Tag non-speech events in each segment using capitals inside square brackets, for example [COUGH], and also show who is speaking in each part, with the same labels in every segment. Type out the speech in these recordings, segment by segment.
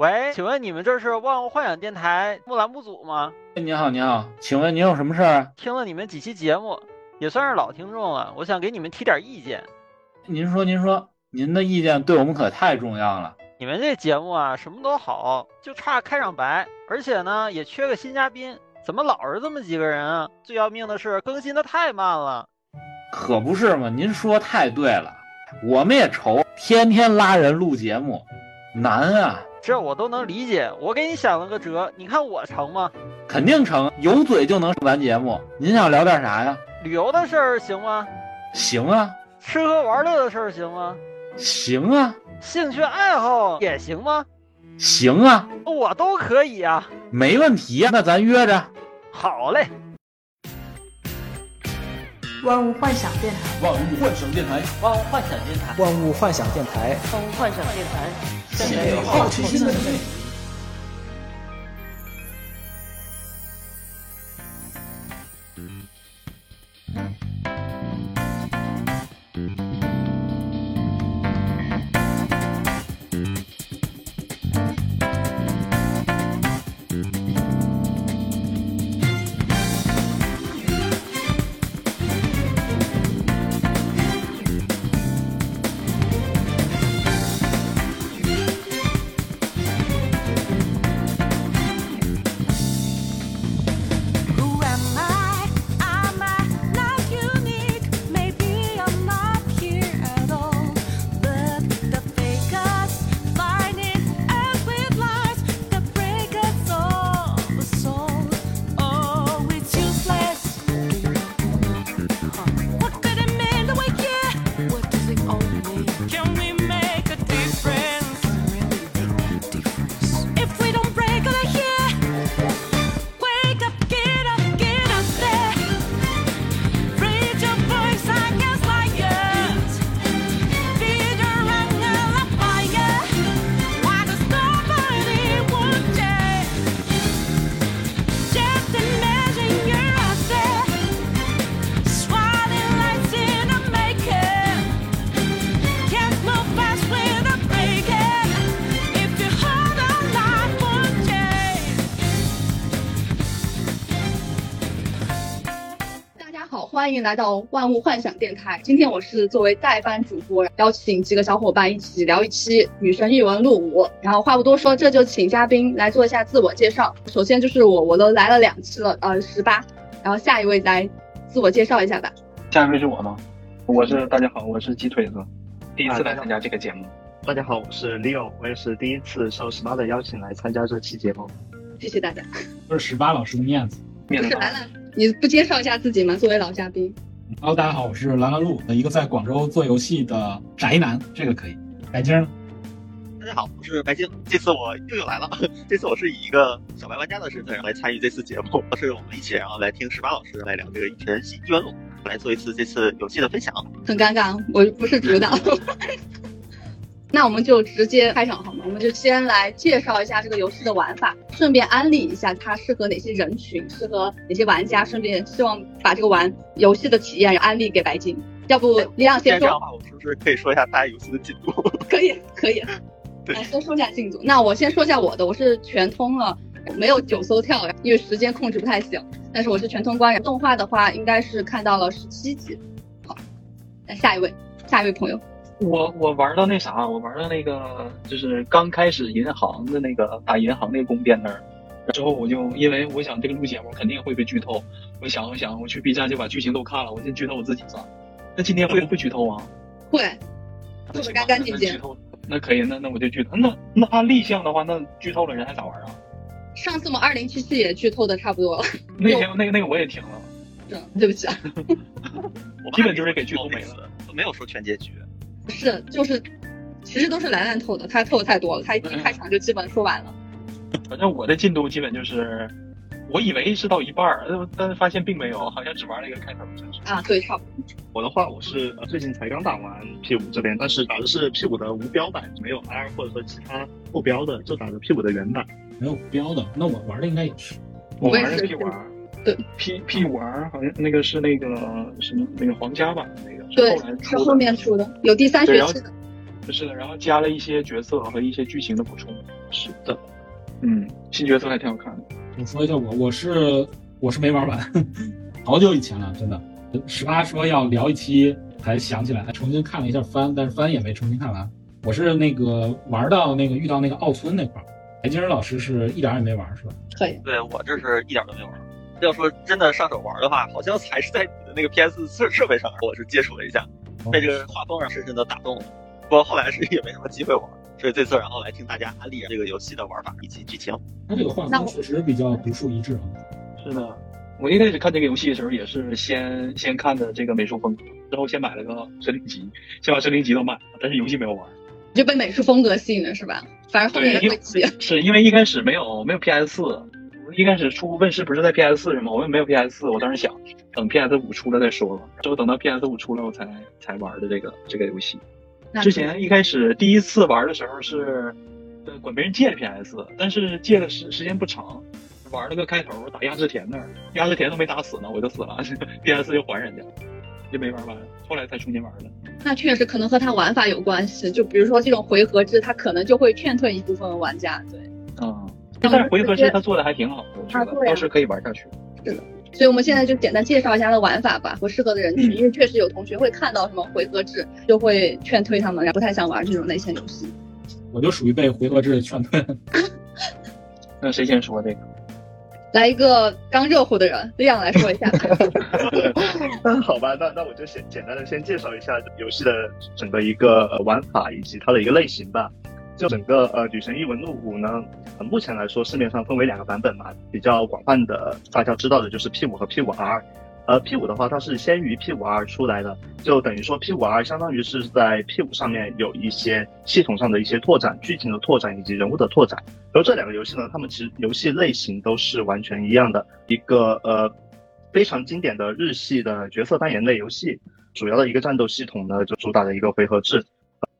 Speaker 1: 喂，请问你们这是万物幻想电台木兰木组吗？
Speaker 2: 哎，你好，你好，请问您有什么事儿？啊
Speaker 1: 听了你们几期节目，也算是老听众了，我想给你们提点意见。
Speaker 2: 您说，您说，您的意见对我们可太重要了。
Speaker 1: 你们这节目啊，什么都好，就差开场白，而且呢，也缺个新嘉宾，怎么老是这么几个人啊？最要命的是更新的太慢了。
Speaker 2: 可不是嘛，您说太对了，我们也愁，天天拉人录节目，难啊，
Speaker 1: 这我都能理解，我给你想了个辙，你看我成吗？
Speaker 2: 肯定成，有嘴就能上咱节目。您想聊点啥呀？
Speaker 1: 旅游的事儿行吗？
Speaker 2: 行啊，
Speaker 1: 吃喝玩乐的事儿行吗？
Speaker 2: 行啊，
Speaker 1: 兴趣爱好也行吗？
Speaker 2: 行啊，
Speaker 1: 我都可以啊。
Speaker 2: 没问题呀、那咱约着。
Speaker 1: 好嘞，
Speaker 3: 万物幻想电台，
Speaker 2: 万物幻想电台，
Speaker 1: 万物幻想电台，
Speaker 4: 万物幻想电台，
Speaker 3: 万物幻想电台，
Speaker 2: 献
Speaker 3: 给有好奇心的你。
Speaker 5: Who am I? Am I not unique? Maybe I'm not here at all. But the fake us find it and with lies that break us all the soul. Oh, it's useless. What could it mean to wake you? What does it all mean? Can we make a difference? Really make a difference. If we don't break out of here. Wake up, get up, get up there. Raise your voice, I guess like yours. Feed your anger a fire. Why does nobody want change? Just imagine you're out there, swallowing lights in the making. Can't move fast without breaking. If you hold on, life won't change.
Speaker 6: 大家好，欢迎来到万物幻想电台。今天我是作为代班主播，邀请几个小伙伴一起聊一期女神异闻录五。然后话不多说，这就请嘉宾来做一下自我介绍。首先就是我，我都来了两期了，呃，十八。然后下一位来自我介绍一下吧。
Speaker 7: 下一位是我吗？我是大家好，我是鸡腿子，第一次来参加这个节目。
Speaker 8: 大家好，我是 Leo，我也是第一次受十八的邀请来参加这期节目。
Speaker 6: 谢谢大家。
Speaker 9: 都是十八老师的面子。
Speaker 7: 面
Speaker 6: 不
Speaker 7: 子
Speaker 6: 是
Speaker 7: 大
Speaker 6: 兰兰，你不介绍一下自己吗？作为老嘉宾，
Speaker 9: h e 大家好，我是兰兰路，一个在广州做游戏的宅男，这个可以。白晶儿呢，
Speaker 10: 大家好，
Speaker 7: 嗯
Speaker 10: 我是白晶，这次我又又来了。 [LAUGHS] 这次我是以一个小白玩家的身份来参与这次节目， [LAUGHS] 是我们一起然后来听十八老师来聊这个《一人新元录》，来做一次这次游戏的分享。
Speaker 6: 很尴尬，我不是主导。 [LAUGHS] 那我们就直接开场好吗？我们就先来介绍一下这个游戏的玩法，顺便安利一下它适合哪些人群，适合哪些玩家，顺便希望把这个玩游戏的体验安利给白金。要不李亮
Speaker 10: 既
Speaker 6: 先
Speaker 10: 然这样
Speaker 6: 说，
Speaker 10: 的话，我是不是可以说一下大家游戏的进度？
Speaker 6: 可以可以，
Speaker 10: 对
Speaker 6: 来先说一下进度。那我先说一下我的，我是全通了，没有九搜跳，因为时间控制不太行，但是我是全通关。动画的话，应该是看到了十七集。好，那下一位，下一位朋友。
Speaker 7: 我我玩到那啥，我玩到那个就是刚开始银行的那个打银行那个宫殿那儿，之后我就因为我想这个录节目肯定会被剧透，我想我想我去 B 站就把剧情都看了，我先剧透我自己吧。那今天会不剧
Speaker 6: [LAUGHS]
Speaker 7: 透啊？
Speaker 6: 会，做的干干净
Speaker 7: 那剧
Speaker 6: 净。
Speaker 7: 透那可以，那那我就剧透。那那按立项的话，那剧透了人还咋玩啊？
Speaker 6: 上次我们二零七七也剧透的差不多了，
Speaker 7: 那天那个那个我也听了，
Speaker 6: 是对不起啊，
Speaker 10: 我们
Speaker 7: 基本就是给剧透没
Speaker 10: 没
Speaker 7: 了，
Speaker 10: 没有说全结局。
Speaker 6: 不是，就是其实都是兰兰透的，她透的太多了，她一开场就基本说完了。
Speaker 7: 反正我的进度基本就是，我以为是到一半儿，呃但是发现并没有，好像只玩了一个开头，好像是。
Speaker 6: 啊，对，差不多。
Speaker 8: 我的话，我是呃最近才刚打完 P 五这边，但是打的是 P 五的无标版，没有 R 或者说其他后标的，就打的 P 五的原版。
Speaker 9: 没有标的，那我玩的应该也是。
Speaker 7: 我玩
Speaker 6: 我也
Speaker 7: 的
Speaker 6: 是
Speaker 7: P 五 R，
Speaker 6: 对
Speaker 7: ，P P 五 R 好像那个是那个什么那个皇家版的那个，是
Speaker 6: 对
Speaker 7: 后来，
Speaker 6: 是
Speaker 7: 出的
Speaker 6: 后面出的，有第三
Speaker 7: 对
Speaker 6: 学
Speaker 7: 然后
Speaker 6: 期的。
Speaker 7: 就是的，然后加了一些角色和一些剧情的补充。是的，嗯，新角色还挺好看的。
Speaker 9: 我说一下我，我是我是没玩完， [LAUGHS] 好久以前了，真的。十八说要聊一期，才想起来，还重新看了一下番，但是番也没重新看完。我是那个玩到那个遇到那个奥村那块儿，白金人老师是一点儿也没玩，是吧？
Speaker 6: 可以，
Speaker 10: 对我这是一点都没玩。要说真的上手玩的话，好像还是在你的那个 PS 设设备上，我是接触了一下，被这个画风啊上深深的打动了。不过后来是也没什么机会玩，所以这次然后来听大家安利这个游戏的玩法以及剧情。
Speaker 9: 它这个画
Speaker 6: 那
Speaker 9: 风
Speaker 6: 我
Speaker 9: 确实比较独树一帜啊。
Speaker 7: 是的，我一开始看这个游戏的时候，也是先先看的这个美术风格，之后先买了个神灵级，先把神灵级都买了，但是游戏没有玩。
Speaker 6: 就被美术风格吸引了是吧？反正后面
Speaker 7: 对，
Speaker 6: 也
Speaker 7: 因
Speaker 6: 会
Speaker 7: 为
Speaker 6: 记。
Speaker 7: 是因为一开始没有没有 PS 四，一开始出问世不是在 PS 四上吗？我也没有 PS 四，我当时想等 PS 五出了再说吧。之后等到 PS 五出了，我才才玩的这个这个游戏。
Speaker 6: 那
Speaker 7: 之前一开始第一次玩的时候是，呃，管别人借 PS，但是借的时时间不长，玩了个开头打压制田那儿，压制田都没打死呢，我就死了 [LAUGHS] ，PS 就还人家，就没玩完，后来才重新玩的。
Speaker 6: 那确实可能和它玩法有关系，就比如说这种回合制，它可能就会劝退一部分玩家。对，
Speaker 7: 嗯，但是回合制他做的还挺好的，我觉
Speaker 6: 啊
Speaker 7: 得
Speaker 6: 对啊
Speaker 7: 倒是可以玩下去。
Speaker 6: 所以我们现在就简单介绍一下它的玩法吧，不适合的人群，因为确实有同学会看到什么回合制，就会劝退他们，然后不太想玩这种类型游戏。
Speaker 9: 我就属于被回合制劝退。
Speaker 7: 那谁先说这个？
Speaker 6: 来一个刚热乎的人，亮来说一下， [LAUGHS]
Speaker 8: 那 [LAUGHS] 好吧，那那我就先简单的先介绍一下游戏的整个一个呃玩法以及它的一个类型吧。就整个呃《女神异闻录五》呢，呃目前来说市面上分为两个版本嘛，比较广泛的大家知道的就是 P 五和 P 五 R。呃，P 五的话，它是先于 P 五 R 出来的，就等于说 P 五 R 相当于是在 P 五上面有一些系统上的一些拓展、剧情的拓展以及人物的拓展。然后这两个游戏呢，它们其实游戏类型都是完全一样的，一个呃非常经典的日系的角色扮演类游戏，主要的一个战斗系统呢，就主打的一个回合制。呃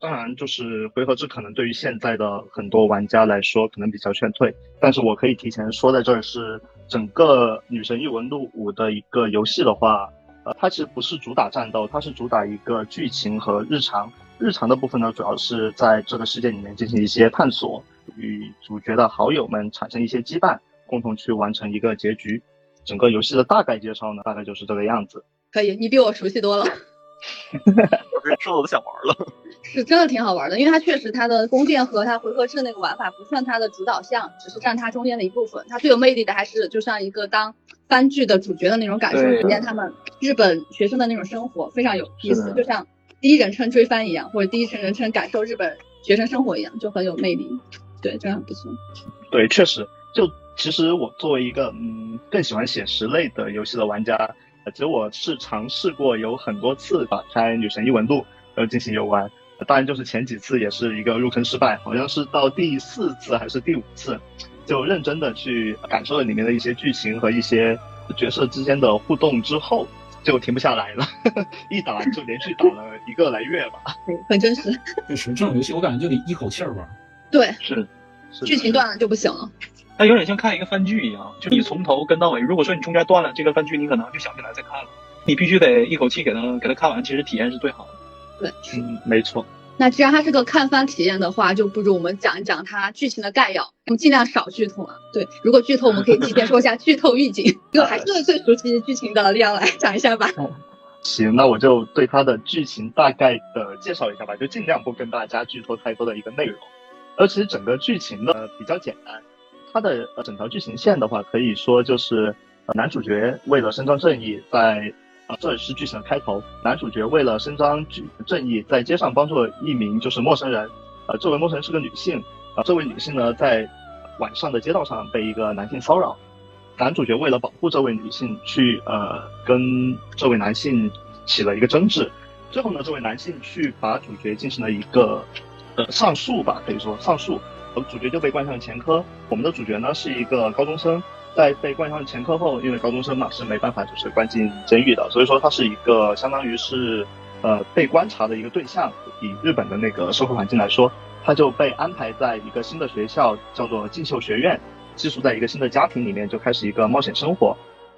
Speaker 8: 当然，就是回合制可能对于现在的很多玩家来说可能比较劝退，但是我可以提前说在这儿是整个《女神异闻录五》的一个游戏的话，呃，它其实不是主打战斗，它是主打一个剧情和日常。日常的部分呢，主要是在这个世界里面进行一些探索，与主角的好友们产生一些羁绊，共同去完成一个结局。整个游戏的大概介绍呢，大概就是这个样子。
Speaker 6: 可以，你比我熟悉多了。
Speaker 10: 我是说我都想玩了。 [LAUGHS]
Speaker 6: 是真的挺好玩的，因为它确实它的弓箭和它回合制那个玩法不算它的主导项，只是占它中间的一部分。它最有魅力的还是就像一个当番剧的主角的那种感受，
Speaker 7: 对
Speaker 6: 体验他们日本学生的那种生活，非常有意
Speaker 7: 是
Speaker 6: 思，
Speaker 7: 的
Speaker 6: 就像第一人称追番一样，或者第一人称感受日本学生生活一样，就很有魅力。对，真的很不错。
Speaker 8: 对，确实，就其实我作为一个嗯更喜欢写实类的游戏的玩家，呃其实我是尝试过有很多次打开《女神异闻录》然后进行游玩，呃当然就是前几次也是一个入坑失败，好像是到第四次还是第五次，就认真的去感受了里面的一些剧情和一些角色之间的互动之后，就停不下来了， [LAUGHS] 一打就连续打了一个来月吧。
Speaker 6: 对，很真实。
Speaker 9: 确实，这种游戏我感觉就得一口气儿玩。
Speaker 6: 对，
Speaker 7: 是，
Speaker 8: 是的
Speaker 6: 剧情断了就不行了。
Speaker 7: 它有点像看一个番剧一样，就你从头跟到尾。如果说你中间断了这个番剧，你可能就想不起来再看了。你必须得一口气给它给它看完，其实体验是最好的。
Speaker 6: 对，
Speaker 8: 嗯，没错。
Speaker 6: 那既然它是个看番体验的话，就不如我们讲一讲它剧情的概要。我们尽量少剧透啊。对，如果剧透，我们可以提前说一下剧透预警。就还是最熟悉剧情的利昂来讲一下吧。
Speaker 8: 行，那我就对它的剧情大概的介绍一下吧，就尽量不跟大家剧透太多的一个内容。而其实整个剧情呢、呃比较简单，它的、呃、整条剧情线的话，可以说就是、呃男主角为了伸张正义在，啊这是剧情的开头，男主角为了伸张正正义，在街上帮助了一名就是陌生人，呃，这位陌生人是个女性，啊、这位女性呢在晚上的街道上被一个男性骚扰，男主角为了保护这位女性，去呃跟这位男性起了一个争执。最后呢，这位男性去把主角进行了一个呃上诉吧，可以说上诉，而主角就被冠上了前科。我们的主角呢是一个高中生，在被冠上前科后，因为高中生嘛是没办法就是关进监狱的，所以说他是一个相当于是呃被观察的一个对象。以日本的那个社会环境来说，他就被安排在一个新的学校，叫做进修学院。寄宿在一个新的家庭里面，就开始一个冒险生活。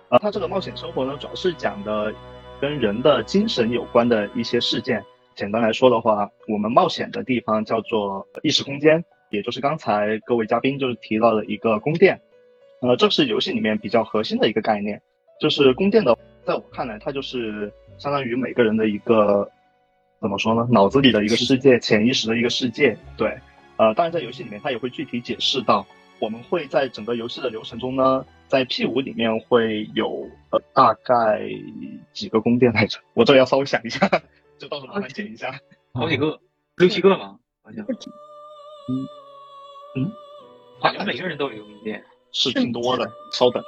Speaker 8: 呃，他这个冒险生活呢，主要是讲的跟人的精神有关的一些事件，简单来说的话，我们冒险的地方叫做意识空间，也就是刚才各位嘉宾就是提到的一个宫殿。呃，这是游戏里面比较核心的一个概念，就是宫殿的，在我看来，它就是相当于每个人的一个怎么说呢，脑子里的一个世界，潜意识的一个世界。对，呃，当然在游戏里面它也会具体解释到，我们会在整个游戏的流程中呢，在 P 五里面会有呃大概几个宫殿来着，我这个要稍微想一下， [LAUGHS] 就到时候麻烦解一下。
Speaker 7: 好几个，六七个吧，好像。
Speaker 2: 嗯
Speaker 7: 嗯，好像每个人都有一个宫殿。
Speaker 8: 是挺多的，稍等。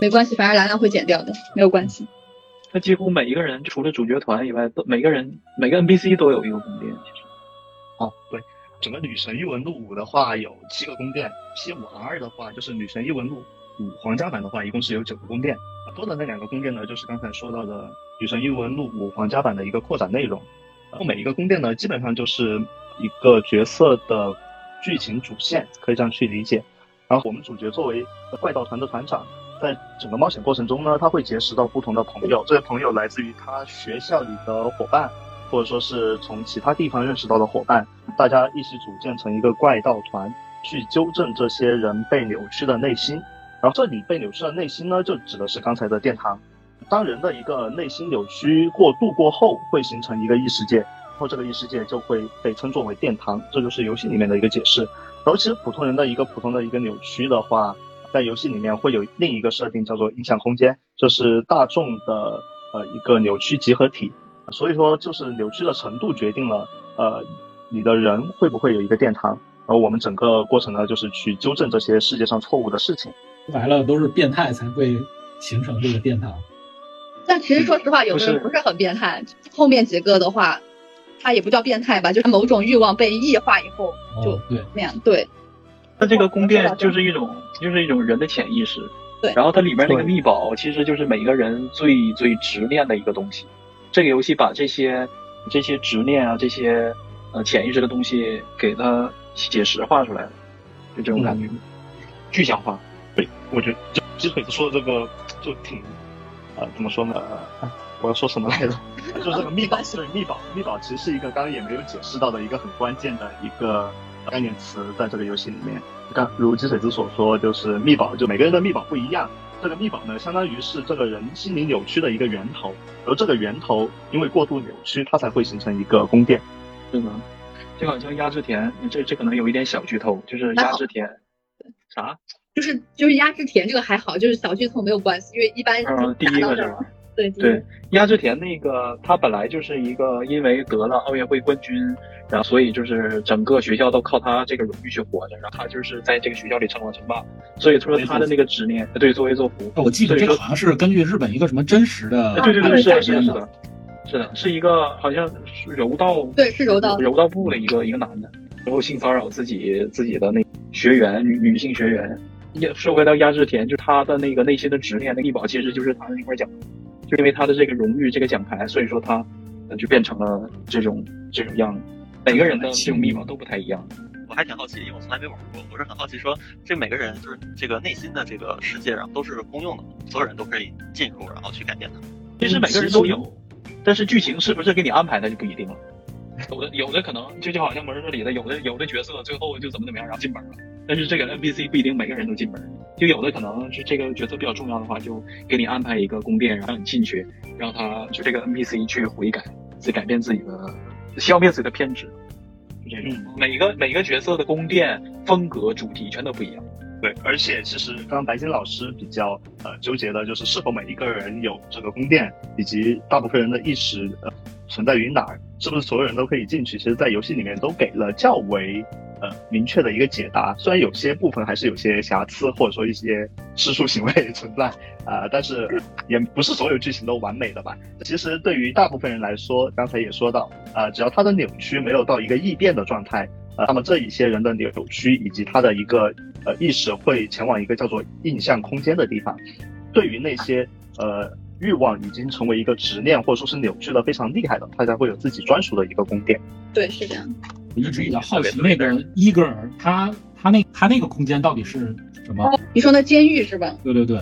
Speaker 6: 没关系，反正兰兰会剪掉的，没有关系。
Speaker 7: 他几乎每一个人，除了主角团以外，都每个人每个 NPC 都有一个宫殿。
Speaker 8: 哦，对，整个女神异闻录五的话有七个宫殿，P 五 R 的话就是女神异闻录五皇家版的话，一共是有九个宫殿，啊多的那两个宫殿呢，就是刚才说到的女神异闻录五皇家版的一个扩展内容。然后每一个宫殿呢，基本上就是一个角色的剧情主线，可以这样去理解。然后我们主角作为怪盗团的团长，在整个冒险过程中呢，他会结识到不同的朋友，这些朋友来自于他学校里的伙伴，或者说是从其他地方认识到的伙伴，大家一起组建成一个怪盗团，去纠正这些人被扭曲的内心。然后这里被扭曲的内心呢，就指的是刚才的殿堂。当人的一个呃内心扭曲过度过后，会形成一个异世界，然后这个异世界就会被称作为殿堂，这就是游戏里面的一个解呃释。然后其实普通人的一个普通的一个扭曲的话，在游戏里面会有另一个设定叫做印象空间，就是大众的呃一个扭曲集合体。呃所以说，就是扭曲的程度决定了呃你的人会不会有一个殿堂。而我们整个过程呢，就是去纠正这些世界上错误的事情。
Speaker 9: 说白了都是变态才会形成这个啊殿堂。
Speaker 6: 但其实说实话，有的人不是很变态。后面几个的话，他也不叫变态吧，就是某种欲望被异化以后就
Speaker 9: 哦，对，
Speaker 6: 那样。对，
Speaker 7: 那这个宫殿就是一种，就是一种人的潜意识。
Speaker 6: 对
Speaker 7: 然后它里边那个密宝，其实就是每个人最最执念的一个东西。这个游戏把这些这些执念啊，这些呃潜意识的东西给它写实化出来了，就这种感觉，具象化。
Speaker 8: 我觉得就鸡腿子说的这个就挺，呃，怎么说呢？ [LAUGHS] 呃我要说什么来着？就是这个密宝，对密宝，密宝其实是一个刚刚也没有解释到的一个很关键的一个概念词，在这个游戏里面。刚如鸡腿子所说，就是密宝，就每个人的密宝不一样。这个密宝呢，相当于是这个人心理扭曲的一个源头，而这个源头因为过度扭曲，它才会形成一个宫殿。
Speaker 7: 是吗？就好像鸭志田，这这可能有一点小剧透，就是
Speaker 6: 还
Speaker 7: 鸭
Speaker 6: 好
Speaker 7: 志田，啥？
Speaker 6: 就是就是压制田这个还好，就是小剧透没有关系，因为一般
Speaker 7: 嗯，第一
Speaker 6: 哎打到
Speaker 7: 个
Speaker 6: 这
Speaker 7: 是
Speaker 6: 儿
Speaker 7: 吧？
Speaker 6: 对第一
Speaker 7: 对，鸭志田那个他本来就是一个因为得了奥运会冠军，然后所以就是整个学校都靠他这个荣誉去活着，然后他就是在这个学校里称王称霸，所以说他的那个执念，呃对，作威作福，
Speaker 9: 我记得这个好像是根据日本一个什么真实的
Speaker 7: 对啊对对，是的，是的，是
Speaker 9: 的
Speaker 7: 的，是的，是一个好像是柔道，
Speaker 6: 对是柔道
Speaker 7: 柔道部的一个一个男的，然后性骚扰自己自己的那学员女女性学员。也说回到鸭志田，就他的那个内心的执念，那个一宝其实就是他那块奖，就因为他的这个荣誉这个奖牌，所以说他呃就变成了这种这种样子。每个人的这种密码都不太一样，
Speaker 10: 我还挺好奇，因为我从来没玩过，我是很好奇说，这每个人就是这个内心的这个世界，然后都是公用的，所有人都可以进入，然后去改变它。
Speaker 7: 其实每个人都有，但是剧情是不是给你安排的就不一定了。有的有的可能就就好像《魔兽世界里的有的有的角色最后就怎么怎么样，然后进本了。但是这个 NPC 不一定每个人都进本，就有的可能是这个角色比较重要的话，就给你安排一个宫殿，然后让你进去，让他就这个 NPC 去悔改，去改变自己的，消灭自己的偏执，就这种。每个每个角色的宫殿风格、主题全都不一样。
Speaker 8: 对，而且其实刚刚白金老师比较呃纠结的就是是否每一个人有这个宫殿，以及大部分人的意识呃存在于哪儿，是不是所有人都可以进去？其实，在游戏里面都给了较为呃明确的一个解答，虽然有些部分还是有些瑕疵或者说一些失数行为存在啊、但是呃也不是所有剧情都完美的吧。其实对于大部分人来说，刚才也说到啊、呃只要他的扭曲没有到一个异变的状态，呃，那么这一些人的扭曲以及他的一个呃意识会前往一个叫做印象空间的地方。对于那些呃欲望已经成为一个执念或者说是扭曲的非常厉害的，他才会有自己专属的一个宫殿。
Speaker 6: 对是这样。
Speaker 9: 我一直比较好奇那个伊戈尔，他他那他那个空间到底是什么？
Speaker 6: 你说那监狱是吧？
Speaker 9: 对对对，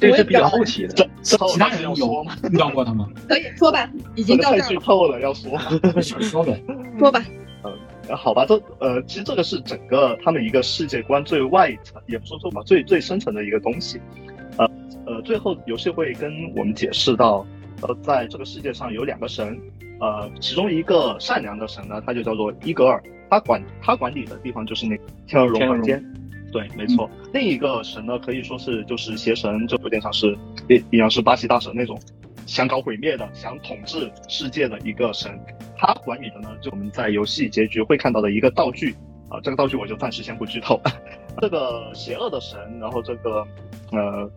Speaker 7: 这是比较后期的，
Speaker 8: 这
Speaker 9: 其他人有遇到过他吗？
Speaker 6: [LAUGHS] 可以说吧，已经到
Speaker 8: 太
Speaker 6: 这儿
Speaker 8: 剧
Speaker 6: 了，
Speaker 8: 透了，要说。
Speaker 9: 没事儿说呗。
Speaker 6: 说吧。
Speaker 8: 呃好吧，这呃，其实这个是整个他们一个世界观最外层，也不说说吧，最最深层的一个东西。呃呃，最后游戏会跟我们解释到，呃，在这个世界上有两个神，呃，其中一个善良的神呢，他就叫做伊格尔，他管他管理的地方就是那个天鹅绒嗯
Speaker 7: 天鹅
Speaker 8: 房
Speaker 7: 绒
Speaker 8: 间。对，没错。另一个神呢，可以说是就是邪神，就有点像是，也也像是巴西大神那种，想搞毁灭的、想统治世界的一个神。他管理的呢，就我们在游戏结局会看到的一个道具啊、这个道具我就暂时先不剧透。 [LAUGHS] 这个邪恶的神，然后这个呃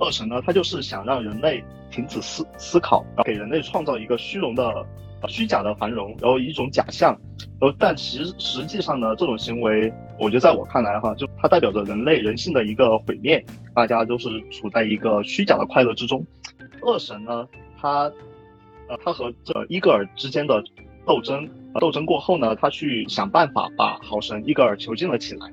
Speaker 8: 恶神呢，他就是想让人类停止思思考，然后给人类创造一个虚荣的、呃虚假的繁荣，然后一种假象。然后，但其实实际上呢，这种行为，我觉得在我看来哈，就它代表着人类人性的一个毁灭，大家都是处在一个虚假的快乐之中。恶神呢，他呃，他和这伊戈尔之间的斗争，呃斗争过后呢，他去想办法把好神伊戈尔囚禁了起来，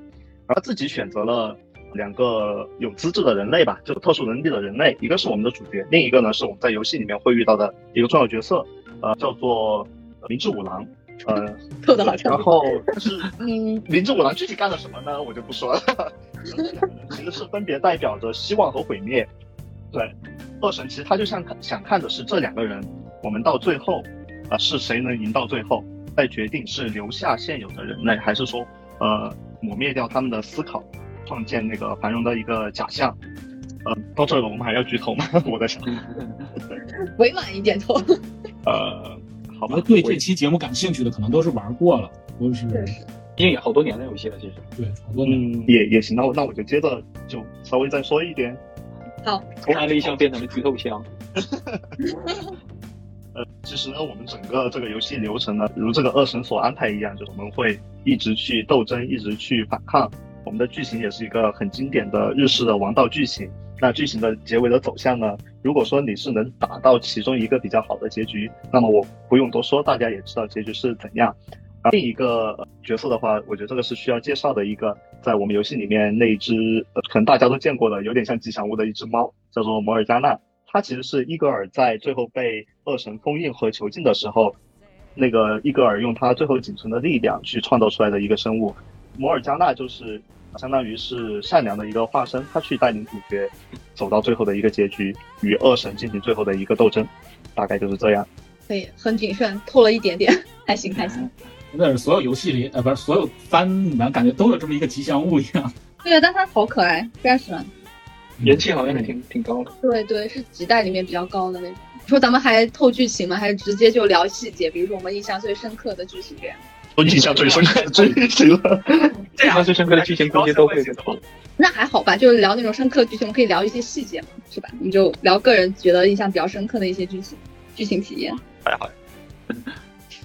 Speaker 8: 而他自己选择了两个有资质的人类吧，就特殊能力的人类，一个是我们的主角，另一个呢是我们在游戏里面会遇到的一个重要角色，呃，叫做呃明智五郎，呃，
Speaker 6: 透的好长
Speaker 8: 然。后，但是，嗯，林志武郎具体干了什么呢？我就不说了。 [LAUGHS] 这两个人其实是分别代表着希望和毁灭。对，恶神其实他就像看想看的是这两个人，我们到最后，啊、是谁能赢到最后，再决定是留下现有的人类，还是说，呃，抹灭掉他们的思考，创建那个繁荣的一个假象。呃，到这了我们还要剧透吗？ [LAUGHS] 我在想，
Speaker 6: [LAUGHS]
Speaker 9: 嗯
Speaker 6: 委婉一点透。
Speaker 8: 呃，好
Speaker 9: 我
Speaker 8: 吧
Speaker 9: 们，对
Speaker 8: 我
Speaker 9: 这期节目感兴趣的，可能都是玩过了，都是
Speaker 7: 毕竟也好多年的游戏了，其实。
Speaker 9: 对好多年。
Speaker 8: 嗯也也行，那我那我就接着就稍微再说一点。
Speaker 6: 好，
Speaker 7: 安利箱变成了剧透箱，
Speaker 8: 其实呢，我们整个这个游戏流程呢，啊如这个二神所安排一样，就是我们会一直去斗争，一直去反抗。我们的剧情也是一个很经典的日式的王道剧情。那剧情的结尾的走向呢，如果说你是能打到其中一个比较好的结局，那么我不用多说，大家也知道结局是怎样。啊，另一个角色的话，我觉得这个是需要介绍的一个，在我们游戏里面那一只、呃可能大家都见过的，有点像吉祥物的一只猫，叫做摩尔加纳。它其实是伊格尔在最后被恶神封印和囚禁的时候，那个伊格尔用他最后仅存的力量去创造出来的一个生物。摩尔加纳就是相当于是善良的一个化身，他去带领主角走到最后的一个结局，与恶神进行最后的一个斗争，大概就是这样。
Speaker 6: 可以，很谨慎，透了一点点，还行还行。
Speaker 9: 那是所有游戏里，呃，不是所有番里面感觉都有这么一个吉祥物一样。
Speaker 6: 对，啊但它好可爱，非常喜欢。
Speaker 7: 人气好像也挺挺高的。
Speaker 6: 对对，是几代里面比较高的那种。你说咱们还透剧情吗？还是直接就聊细节？比如说我们印象最深刻的剧情这样？
Speaker 8: 我印象最深刻的最行了，
Speaker 7: 印象最深刻的剧情估计都会被偷。
Speaker 6: 那还好吧，就是聊那种深刻剧情，我们可以聊一些细节嘛，是吧？我们就聊个人觉得印象比较深刻的一些剧情、剧情体验。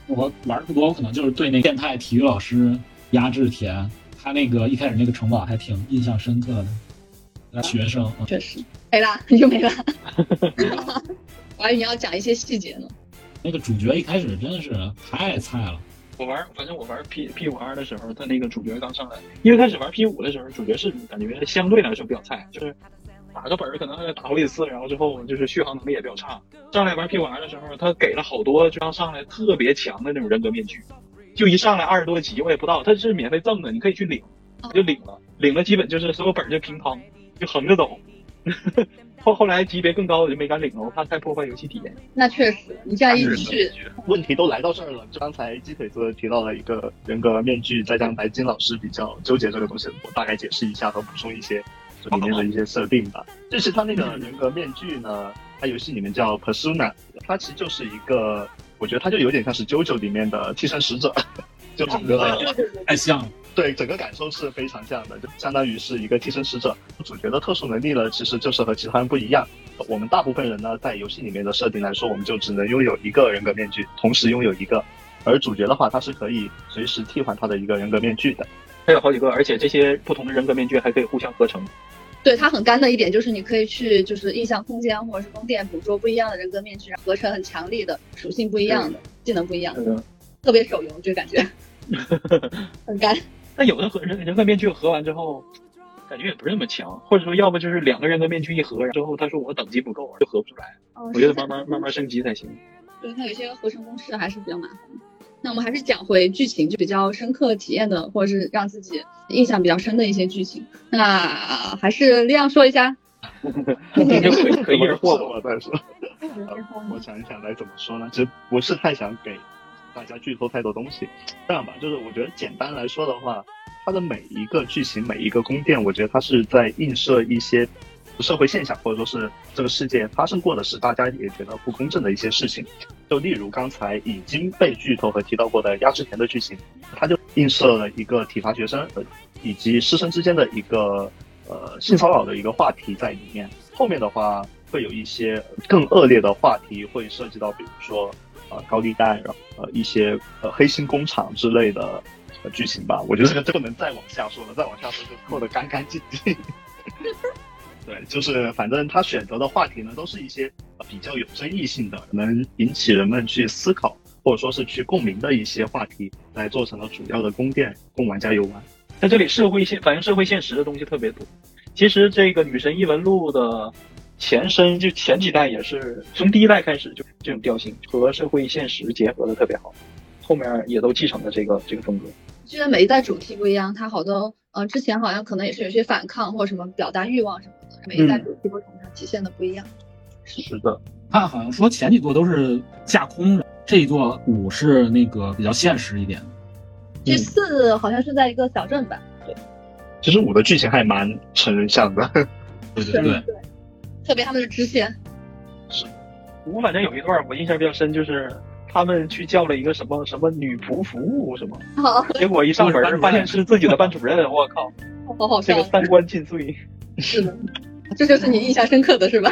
Speaker 9: 我玩儿不多，我可能就是对那个变态体育老师压制田，他那个一开始那个城堡还挺印象深刻的。那学生，嗯
Speaker 6: 确实，没啦， [LAUGHS] 你就没啦。
Speaker 7: [LAUGHS]
Speaker 6: 我还以为你要讲一些细节呢。
Speaker 9: 那个主角一开始真的是太菜了，
Speaker 7: 我玩，反正我玩 P P 五 R 的时候，他那个主角刚上来，因为开始玩 P 五的时候，主角是感觉相对来说比较菜，就是打个本儿可能打好几次，然后之后就是续航能力也比较差。上来玩 P 五 R 的时候，他给了好多就刚上来特别强的那种人格面具，就一上来二十多级，我也不知道，他是免费赠的，你可以去领，我就领了，领了基本就是所有本儿就平仓，就横着走。 [LAUGHS] 后后来级别更高，我就没敢领了，我怕太破坏游戏体验。
Speaker 6: 那确实，你这样一去，
Speaker 8: 问题都来到这儿了。就刚才鸡腿子提到了一个人格面具，再加上白金老师比较纠结这个东西，我大概解释一下和补充一些这里面的一些设定吧。就是它那个人格面具呢，它游戏里面叫 persona，它其实就是一个，我觉得它就有点像是 JoJo 里面的替身使者， [LAUGHS] 就整
Speaker 10: [LAUGHS]
Speaker 8: 个
Speaker 9: 太像了。
Speaker 8: 对，整个感受是非常像的，就相当于是一个替身使者。主角的特殊能力呢，其实就是和其他人不一样。我们大部分人呢，在游戏里面的设定来说，我们就只能拥有一个人格面具，同时拥有一个。而主角的话，他是可以随时替换他的一个人格面具的。
Speaker 7: 还有好几个，而且这些不同的人格面具还可以互相合成。
Speaker 6: 对它很干的一点就是，你可以去就是印象空间或者是宫殿捕捉不一样的人格面具，然后合成很强力的属性不一样的技能不一样的，
Speaker 7: 嗯，
Speaker 6: 特别手游
Speaker 7: [LAUGHS]
Speaker 6: 就感觉很干。
Speaker 7: 那有的合人人格面具合完之后，感觉也不是那么强，或者说要不就是两个人的面具一合，之后他说我等级不够，啊就合不出来。
Speaker 6: 我
Speaker 7: 我觉得慢慢慢慢升级才行。
Speaker 6: 哦对它有些合成公式还是比较麻烦的。那我们还是讲回剧情，就比较深刻体验的，或者是让自己印象比较深的一些剧情。那还是亮说一下，
Speaker 7: 这个可以可以一人霍
Speaker 8: 过
Speaker 7: 吧。
Speaker 8: 我再说。我想一想该怎么说呢？其实不是太想给大家剧透太多东西。这样吧，就是我觉得简单来说的话，它的每一个剧情、每一个宫殿，我觉得它是在映射一些社会现象，或者说是这个世界发生过的事，大家也觉得不公正的一些事情。就例如刚才已经被剧透和提到过的压制田的剧情，它就映射了一个体罚学生呃以及师生之间的一个呃性骚扰的一个话题在里面。后面的话会有一些更恶劣的话题，会涉及到比如说呃高利贷，然后呃一些呃黑心工厂之类的、呃、剧情吧。我觉得这个这个能再往下说了，再往下说就扣得干干净净。 [LAUGHS] 对，就是反正他选择的话题呢，都是一些呃比较有争议性的，能引起人们去思考或者说是去共鸣的一些话题，来做成了主要的宫殿供玩家游玩。
Speaker 7: 在这里社会现反映社会现实的东西特别多。其实这个《女神异闻录》的前身就前几代也是从第一代开始就这种调性，和社会现实结合的特别好，后面也都继承了这个这个风格。
Speaker 6: 虽然每一代主题不一样，它好多呃之前好像可能也是有些反抗或者什么表达欲望什么的，每一代
Speaker 9: 嗯
Speaker 6: 主题不同，它体现的不一样。
Speaker 8: 是的，
Speaker 9: 他好像说前几座都是架空的，这一座五是那个比较现实一点。嗯
Speaker 6: 第四好像是在一个小镇吧，
Speaker 8: 其实五的剧情还蛮成人向的。
Speaker 9: 对对对，
Speaker 6: 特别他们的支线，
Speaker 7: 我反正有一段我印象比较深，就是他们去叫了一个什么什么女仆服务什么，
Speaker 6: 好
Speaker 7: 结果一上
Speaker 9: 就是班主
Speaker 7: 门
Speaker 9: 任
Speaker 7: 发现是自己的班主任，我靠，
Speaker 6: 好好
Speaker 7: 这
Speaker 6: 笑
Speaker 7: 个，三观
Speaker 6: [LAUGHS]
Speaker 7: 尽碎。
Speaker 6: 是的，这就是你印象深刻的
Speaker 9: [LAUGHS]
Speaker 6: 是吧？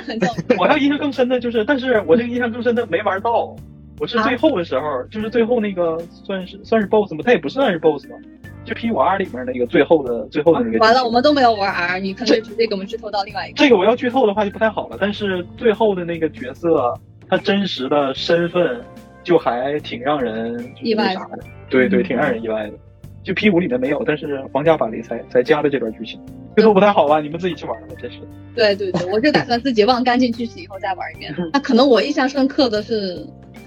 Speaker 7: 我还有印象更深的就是，但是我这个印象更深的没玩到，我
Speaker 6: 啊
Speaker 7: 是最后的时候，就是最后那个算是算是 BOSS 吗？他也不算是 BOSS 吧，就 P 五二里面那个最后的最后的那个。
Speaker 6: 完了，我们都没有玩 R，你可能直接给我们剧透到另外一个。
Speaker 7: 这个我要剧透的话就不太好了，但是最后的那个角色，他真实的身份就还挺让人
Speaker 6: 意外嗯
Speaker 7: 啥的，对对，挺让人意外的。就 P 五里面没有，但是皇家版里才才加的这段剧情，剧透不太好吧？你们自己去玩吧，真是。
Speaker 6: 对对对，我就打算自己忘干净剧情以后再玩一遍。那可能我印象深刻的是，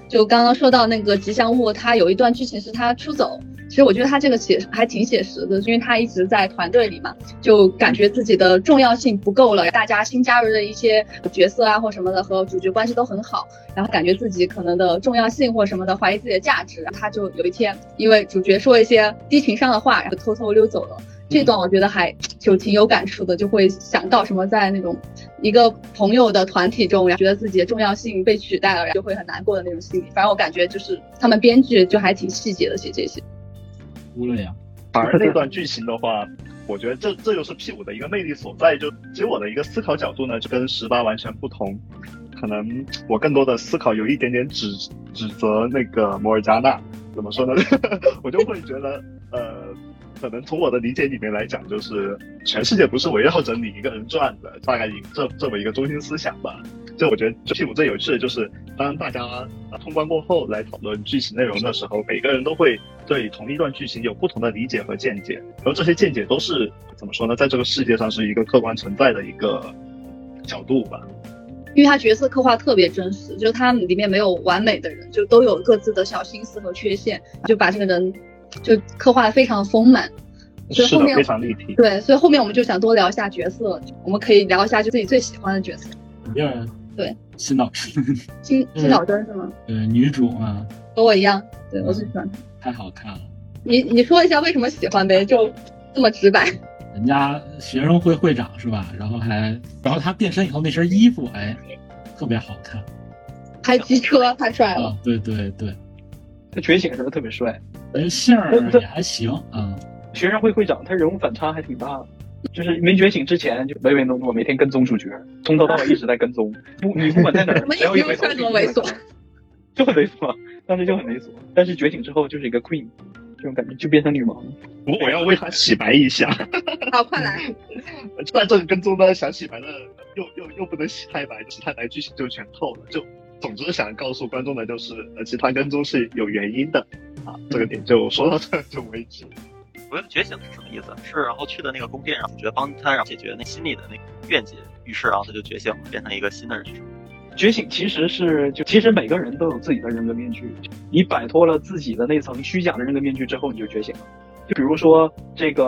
Speaker 6: 就刚刚说到那个吉祥物，它有一段剧情是它出走。其实我觉得它这个写还挺写实的，因为它一直在团队里嘛，就感觉自己的重要性不够了。大家新加入的一些角色啊或什么的，和主角关系都很好，然后感觉自己可能的重要性或什么的，怀疑自己的价值。他就有一天因为主角说一些低情商的话，然后偷偷溜走了。这段我觉得还就挺有感触的，就会想到什么在那种一个朋友的团体中，然后觉得自己的重要性被取代了，然后就会很难过的那种心理。反正我感觉就是他们编剧就还挺细节的写这些。
Speaker 9: 哭了呀。
Speaker 8: 反而那段剧情的话，我觉得这这就是 P 五的一个魅力所在。就其实我的一个思考角度呢，就跟十八完全不同。可能我更多的思考有一点点指指责那个摩尔加纳，怎么说呢？ [LAUGHS] 我就会觉得，呃，可能从我的理解里面来讲，就是全世界不是围绕着你一个人转的，大概以这这么一个中心思想吧。就我觉得这 P 五最有趣的就是，当大家呃通关过后来讨论剧情内容的时候，每个人都会对同一段剧情有不同的理解和见解，然后这些见解都是怎么说呢，在这个世界上是一个客观存在的一个角度吧。
Speaker 6: 因为他角色刻画特别真实，就是他们里面没有完美的人，就都有各自的小心思和缺陷，就把这个人就刻画的非常丰满。所以
Speaker 8: 是
Speaker 6: 后
Speaker 8: 的，
Speaker 6: 面
Speaker 8: 非常立体。
Speaker 6: 对，所以后面我们就想多聊一下角色，我们可以聊一下就自己最喜欢的角色，
Speaker 9: 肯定是
Speaker 6: 对
Speaker 9: 新导师， [LAUGHS]
Speaker 6: 金
Speaker 8: 嗯
Speaker 6: 金老真是吗？
Speaker 9: 呃，女主嘛，
Speaker 6: 和我一样，对我最喜欢他。
Speaker 9: 太好看了。
Speaker 6: 你你说一下为什么喜欢呗，就这么直白。
Speaker 9: 人家学生会会长是吧？然后还，然后他变身以后那身衣服，哎，特别好看
Speaker 6: 开机车太帅了，
Speaker 9: 啊！对对对，
Speaker 7: [LAUGHS] 他觉醒的时候特别帅，
Speaker 9: 人性儿也还行啊。
Speaker 7: 学生会会长他人物反差还挺大的。就是没觉醒之前就唯唯诺诺，每天跟踪主角，从头到尾一直在跟踪。不，你不管在哪儿，
Speaker 6: 怎么
Speaker 7: 只要一
Speaker 6: 也
Speaker 7: 回
Speaker 6: 不
Speaker 7: 头
Speaker 6: 算多猥琐。
Speaker 7: [LAUGHS] 就很猥琐，当时就很猥琐。但是觉醒之后就是一个 queen，这种感觉就变成女王了。
Speaker 8: 我我要为他洗白一下，
Speaker 7: 嗯
Speaker 6: 好，快来！
Speaker 8: 在这个跟踪呢，想洗白的又又又不能洗太白，洗太白剧情就全透了。就总之想告诉观众的就是，呃，其实他跟踪是有原因的啊，这个点就说到这儿就为止。
Speaker 10: 主角觉醒是什么意思？是然后去的那个宫殿，然后主角帮他，然后解决那心里的那个怨结，于是然后他就觉醒了，变成一个新的人。
Speaker 7: 觉醒其实是就其实每个人都有自己的人格面具，你摆脱了自己的那层虚假的人格面具之后，你就觉醒了。就比如说这个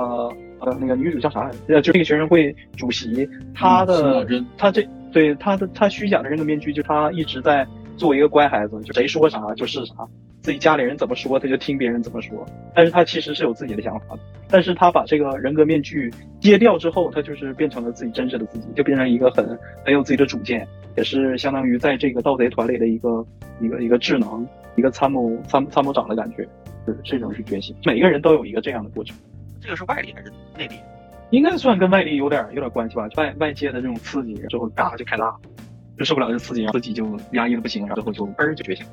Speaker 7: 呃那个女主叫啥来着？呃，就这个学生会主席，她
Speaker 9: 嗯孙
Speaker 7: 的、
Speaker 9: 小珍
Speaker 7: 她这对她的她虚假的人格面具，就她一直在做一个乖孩子，就谁说啥就是啥，自己家里人怎么说她就听别人怎么说。但是她其实是有自己的想法的，但是她把这个人格面具揭掉之后，她就是变成了自己真实的自己，就变成一个很很有自己的主见。也是相当于在这个盗贼团里的一个一个一个智囊，一个参谋参参谋长的感觉，就是这种是觉醒。每个人都有一个这样的过程，
Speaker 10: 这个是外力还是内力？
Speaker 7: 应该算跟外力有点有点关系吧，外外界的这种刺激之后，嘎就开大，就受不了这刺激，然后自己就压抑的不行，然后最后就嘣儿就觉醒，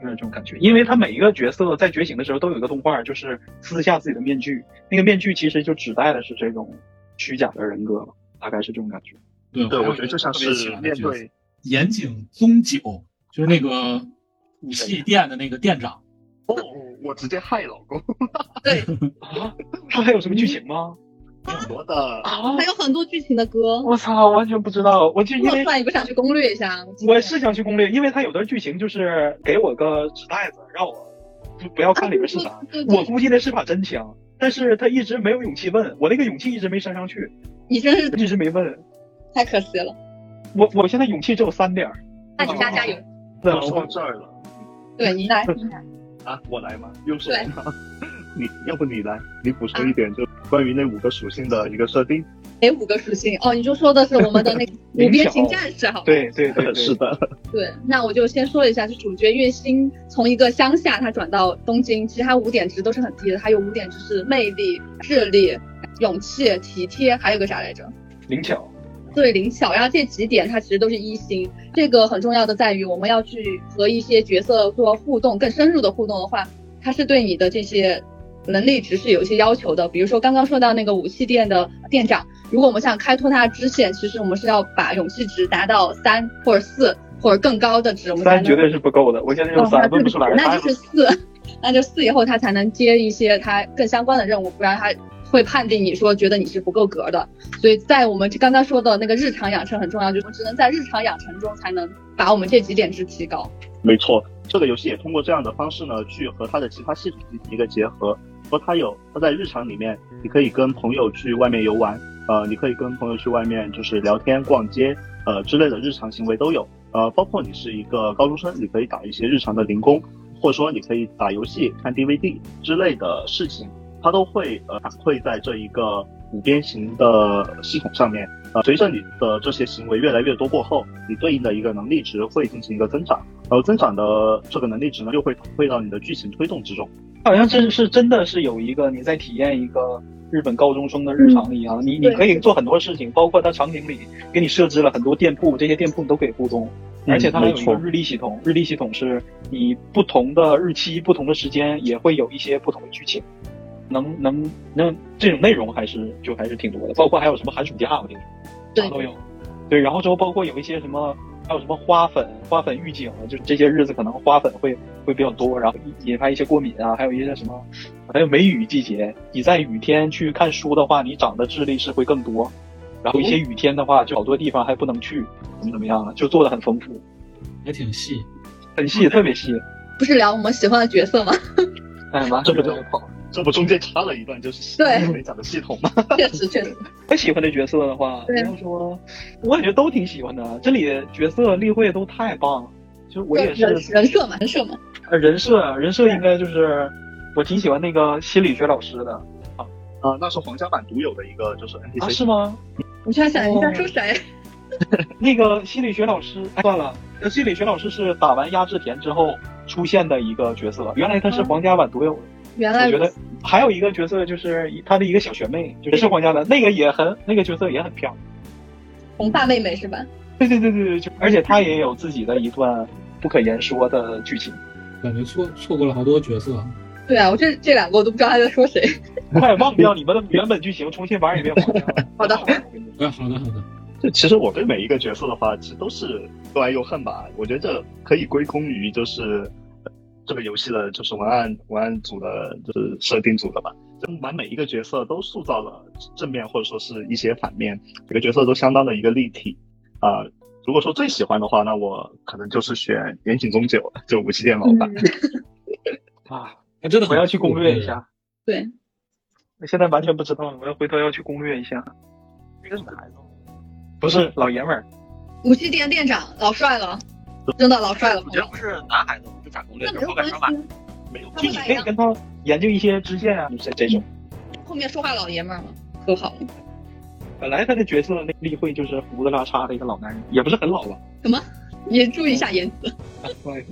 Speaker 7: 有点这种感觉。因为他每一个角色在觉醒的时候都有一个动画，就是撕下自己的面具，那个面具其实就指代的是这种虚假的人格嘛，大概是这种感觉。
Speaker 9: 对
Speaker 8: 对，
Speaker 9: 还有
Speaker 8: 我觉得就像
Speaker 9: 特别喜
Speaker 8: 是
Speaker 9: 欢的
Speaker 8: 面
Speaker 9: 角色
Speaker 8: 对
Speaker 9: 岩井宗久，就是那个武器店的那个店长。
Speaker 8: 哦，我直接害老 [LAUGHS] 公
Speaker 7: 啊，他还有什么剧情吗？
Speaker 8: 很多的。
Speaker 7: 啊
Speaker 6: 还有很多剧情的歌，
Speaker 7: 我操，完全不知道，我就因
Speaker 6: 我
Speaker 7: 为
Speaker 6: 算你不想去攻略一下？啊
Speaker 7: 我是想去攻略，因为它有的剧情就是给我个纸袋子，让我不不要看里面是啥。
Speaker 6: 对对
Speaker 7: 我估计那是把真枪，但是他一直没有勇气问我，那个勇气一直没升上去，
Speaker 6: 你真是
Speaker 7: 一直没问
Speaker 6: 太可惜了。
Speaker 7: 我。我现在勇气只有三点儿，
Speaker 6: 那你加加油，
Speaker 7: 对
Speaker 8: 我说
Speaker 6: 哦
Speaker 7: 我
Speaker 8: 到这儿了
Speaker 6: 对
Speaker 7: 嗯
Speaker 6: 你来，
Speaker 8: 啊，我来吗？又是
Speaker 6: 对
Speaker 8: 我吗？ [LAUGHS] 你要不你来，你补充一点，就关于那五个属性的一个设定。
Speaker 6: 哪五个属性？哦，你就说的是我们的
Speaker 7: [LAUGHS]
Speaker 6: 那个五
Speaker 7: 灵巧
Speaker 6: 边形战士，好吧？
Speaker 7: 对对对对，
Speaker 8: [LAUGHS] 是的，
Speaker 6: 对，那我就先说一下，就主角月薪从一个乡下他转到东京，其实他五点值都是很低的，他有五点值是魅力、智力、勇气、体贴，还有个啥来着？
Speaker 7: 灵巧。
Speaker 6: 对，灵巧。然后这几点它其实都是一星，这个很重要的在于我们要去和一些角色做互动，更深入的互动的话，它是对你的这些能力值是有一些要求的。比如说刚刚说到那个武器店的店长，如果我们想开拓他的支线，其实我们是要把勇气值达到三或者四或者更高的值，我们才
Speaker 7: 三
Speaker 6: 能
Speaker 7: 绝对是不够的，我现在
Speaker 6: 哦
Speaker 7: 用三，
Speaker 6: 那
Speaker 7: 问不出来。
Speaker 6: 那就是四，那就四以后他才能接一些他更相关的任务，不然他会判定你说觉得你是不够格的。所以在我们刚刚说的那个日常养成很重要，就是我们只能在日常养成中才能把我们这几点值提高。
Speaker 8: 没错。这个游戏也通过这样的方式呢，去和它的其他系统进行一个结合。说它有，它在日常里面，你可以跟朋友去外面游玩，呃，你可以跟朋友去外面就是聊天、逛街，呃之类的日常行为都有。呃，包括你是一个高中生，你可以打一些日常的零工，或者说你可以打游戏、看 DVD 之类的事情，它都会呃反馈在这一个五边形的系统上面。呃，随着你的这些行为越来越多过后，你对应的一个能力值会进行一个增长，呃，增长的这个能力值呢，又会反馈到你的剧情推动之中。
Speaker 7: 好像真是真的是有一个你在体验一个日本高中生的日常一样，你你
Speaker 6: 对
Speaker 7: 可以做很多事情，包括它场景里给你设置了很多店铺，这些店铺你都可以互动，而且它还有一个
Speaker 8: 嗯没错
Speaker 7: 日历系统，日历系统是你不同的日期、不同的时间也会有一些不同的剧情，能能能这种内容还是就还是挺多的，包括还有什么寒暑假我听说
Speaker 6: 对
Speaker 7: 啥都有，对，然后之后包括有一些什么。还有什么花粉、花粉预警啊？就这些日子可能花粉会会比较多，然后引发一些过敏啊，还有一些什么还有梅雨季节，你在雨天去看书的话，你长的智力是会更多。然后一些雨天的话，就好多地方还不能去，怎么怎么样了，啊就做的很丰富，
Speaker 9: 还挺细。
Speaker 7: 很啊细，特别细。
Speaker 6: 不是聊我们喜欢的角色吗？ [LAUGHS]
Speaker 7: 哎，完
Speaker 8: 这
Speaker 7: 这
Speaker 8: 不
Speaker 7: 不
Speaker 8: 就
Speaker 7: 就
Speaker 8: 这不中间插了一段就是
Speaker 6: 对
Speaker 8: 没讲的系统吗？
Speaker 6: 确实，确实，
Speaker 7: 我哎喜欢的角色的话，
Speaker 6: 对
Speaker 7: 你要说，我感觉都挺喜欢的。啊这里角色立绘都太棒了，就是我也是
Speaker 6: 人人设嘛，人设嘛。
Speaker 7: 呃人设，人设应该就是我挺喜欢那个心理学老师的
Speaker 8: 啊、那是皇家版独有的一个就是
Speaker 7: 啊，
Speaker 8: NPC，、
Speaker 7: 是吗？
Speaker 6: 我突然想，你在说谁？ [LAUGHS]
Speaker 7: 那个心理学老师，哎，算了，那心理学老师是打完压制田之后出现的一个角色，原来他
Speaker 6: 嗯
Speaker 7: 是皇家版独有的。
Speaker 6: 原来
Speaker 7: 我觉
Speaker 6: 如
Speaker 7: 得
Speaker 6: 此，
Speaker 7: 还有一个角色就是一他的一个小学妹，就是是皇家的那个也很那个角色也很漂亮。
Speaker 6: 红发妹妹是吧？
Speaker 7: 对对对对对，就而且她也有自己的一段不可言说的剧情，
Speaker 9: 感觉错错过了好多角色，
Speaker 6: 对啊，我这这两个我都不知道他在说谁。
Speaker 7: 快忘掉你们的原本剧情，重新玩一遍皇家。
Speaker 6: [LAUGHS] 好
Speaker 7: [LAUGHS]
Speaker 6: 的
Speaker 7: 好的，
Speaker 9: 哎，好的好的，
Speaker 8: 这其实我对每一个角色的话，其实都是又爱又恨吧。我觉得这可以归功于就是呃这个游戏的，就是文案文案组的，就是设定组的吧。跟把每一个角色都塑造了正面或者说是一些反面，每个角色都相当的一个立体。啊、如果说最喜欢的话，那我可能就是选岩井宗久，就武器店老板。
Speaker 7: 啊，
Speaker 9: 还真的
Speaker 7: 我
Speaker 9: 很
Speaker 7: 要去攻略一
Speaker 9: 酷。
Speaker 7: 下。
Speaker 6: 对，
Speaker 7: 我现在完全不知道了，我要回头要去攻略一下。这个是男的吗？不是老爷们儿，
Speaker 6: 武器店店长老帅了，真的老帅了
Speaker 10: 我。觉得不是男孩子，就打攻略，
Speaker 6: 那没
Speaker 10: 就是
Speaker 6: 有
Speaker 10: 后
Speaker 6: 关
Speaker 10: 感
Speaker 6: 系
Speaker 10: 上吧。
Speaker 6: 啊，
Speaker 7: 没有，
Speaker 6: 他
Speaker 7: 就
Speaker 6: 们
Speaker 7: 你
Speaker 6: 俩一
Speaker 7: 可以
Speaker 6: 样
Speaker 7: 跟他研究一些支线啊，这这种。
Speaker 6: 后面说话老爷们儿了，可好了。
Speaker 7: 本来他的角色那个例会就是胡子拉碴的一个老男人，也不是很老
Speaker 9: [LAUGHS]
Speaker 7: 吧，
Speaker 6: 也注意一下颜值，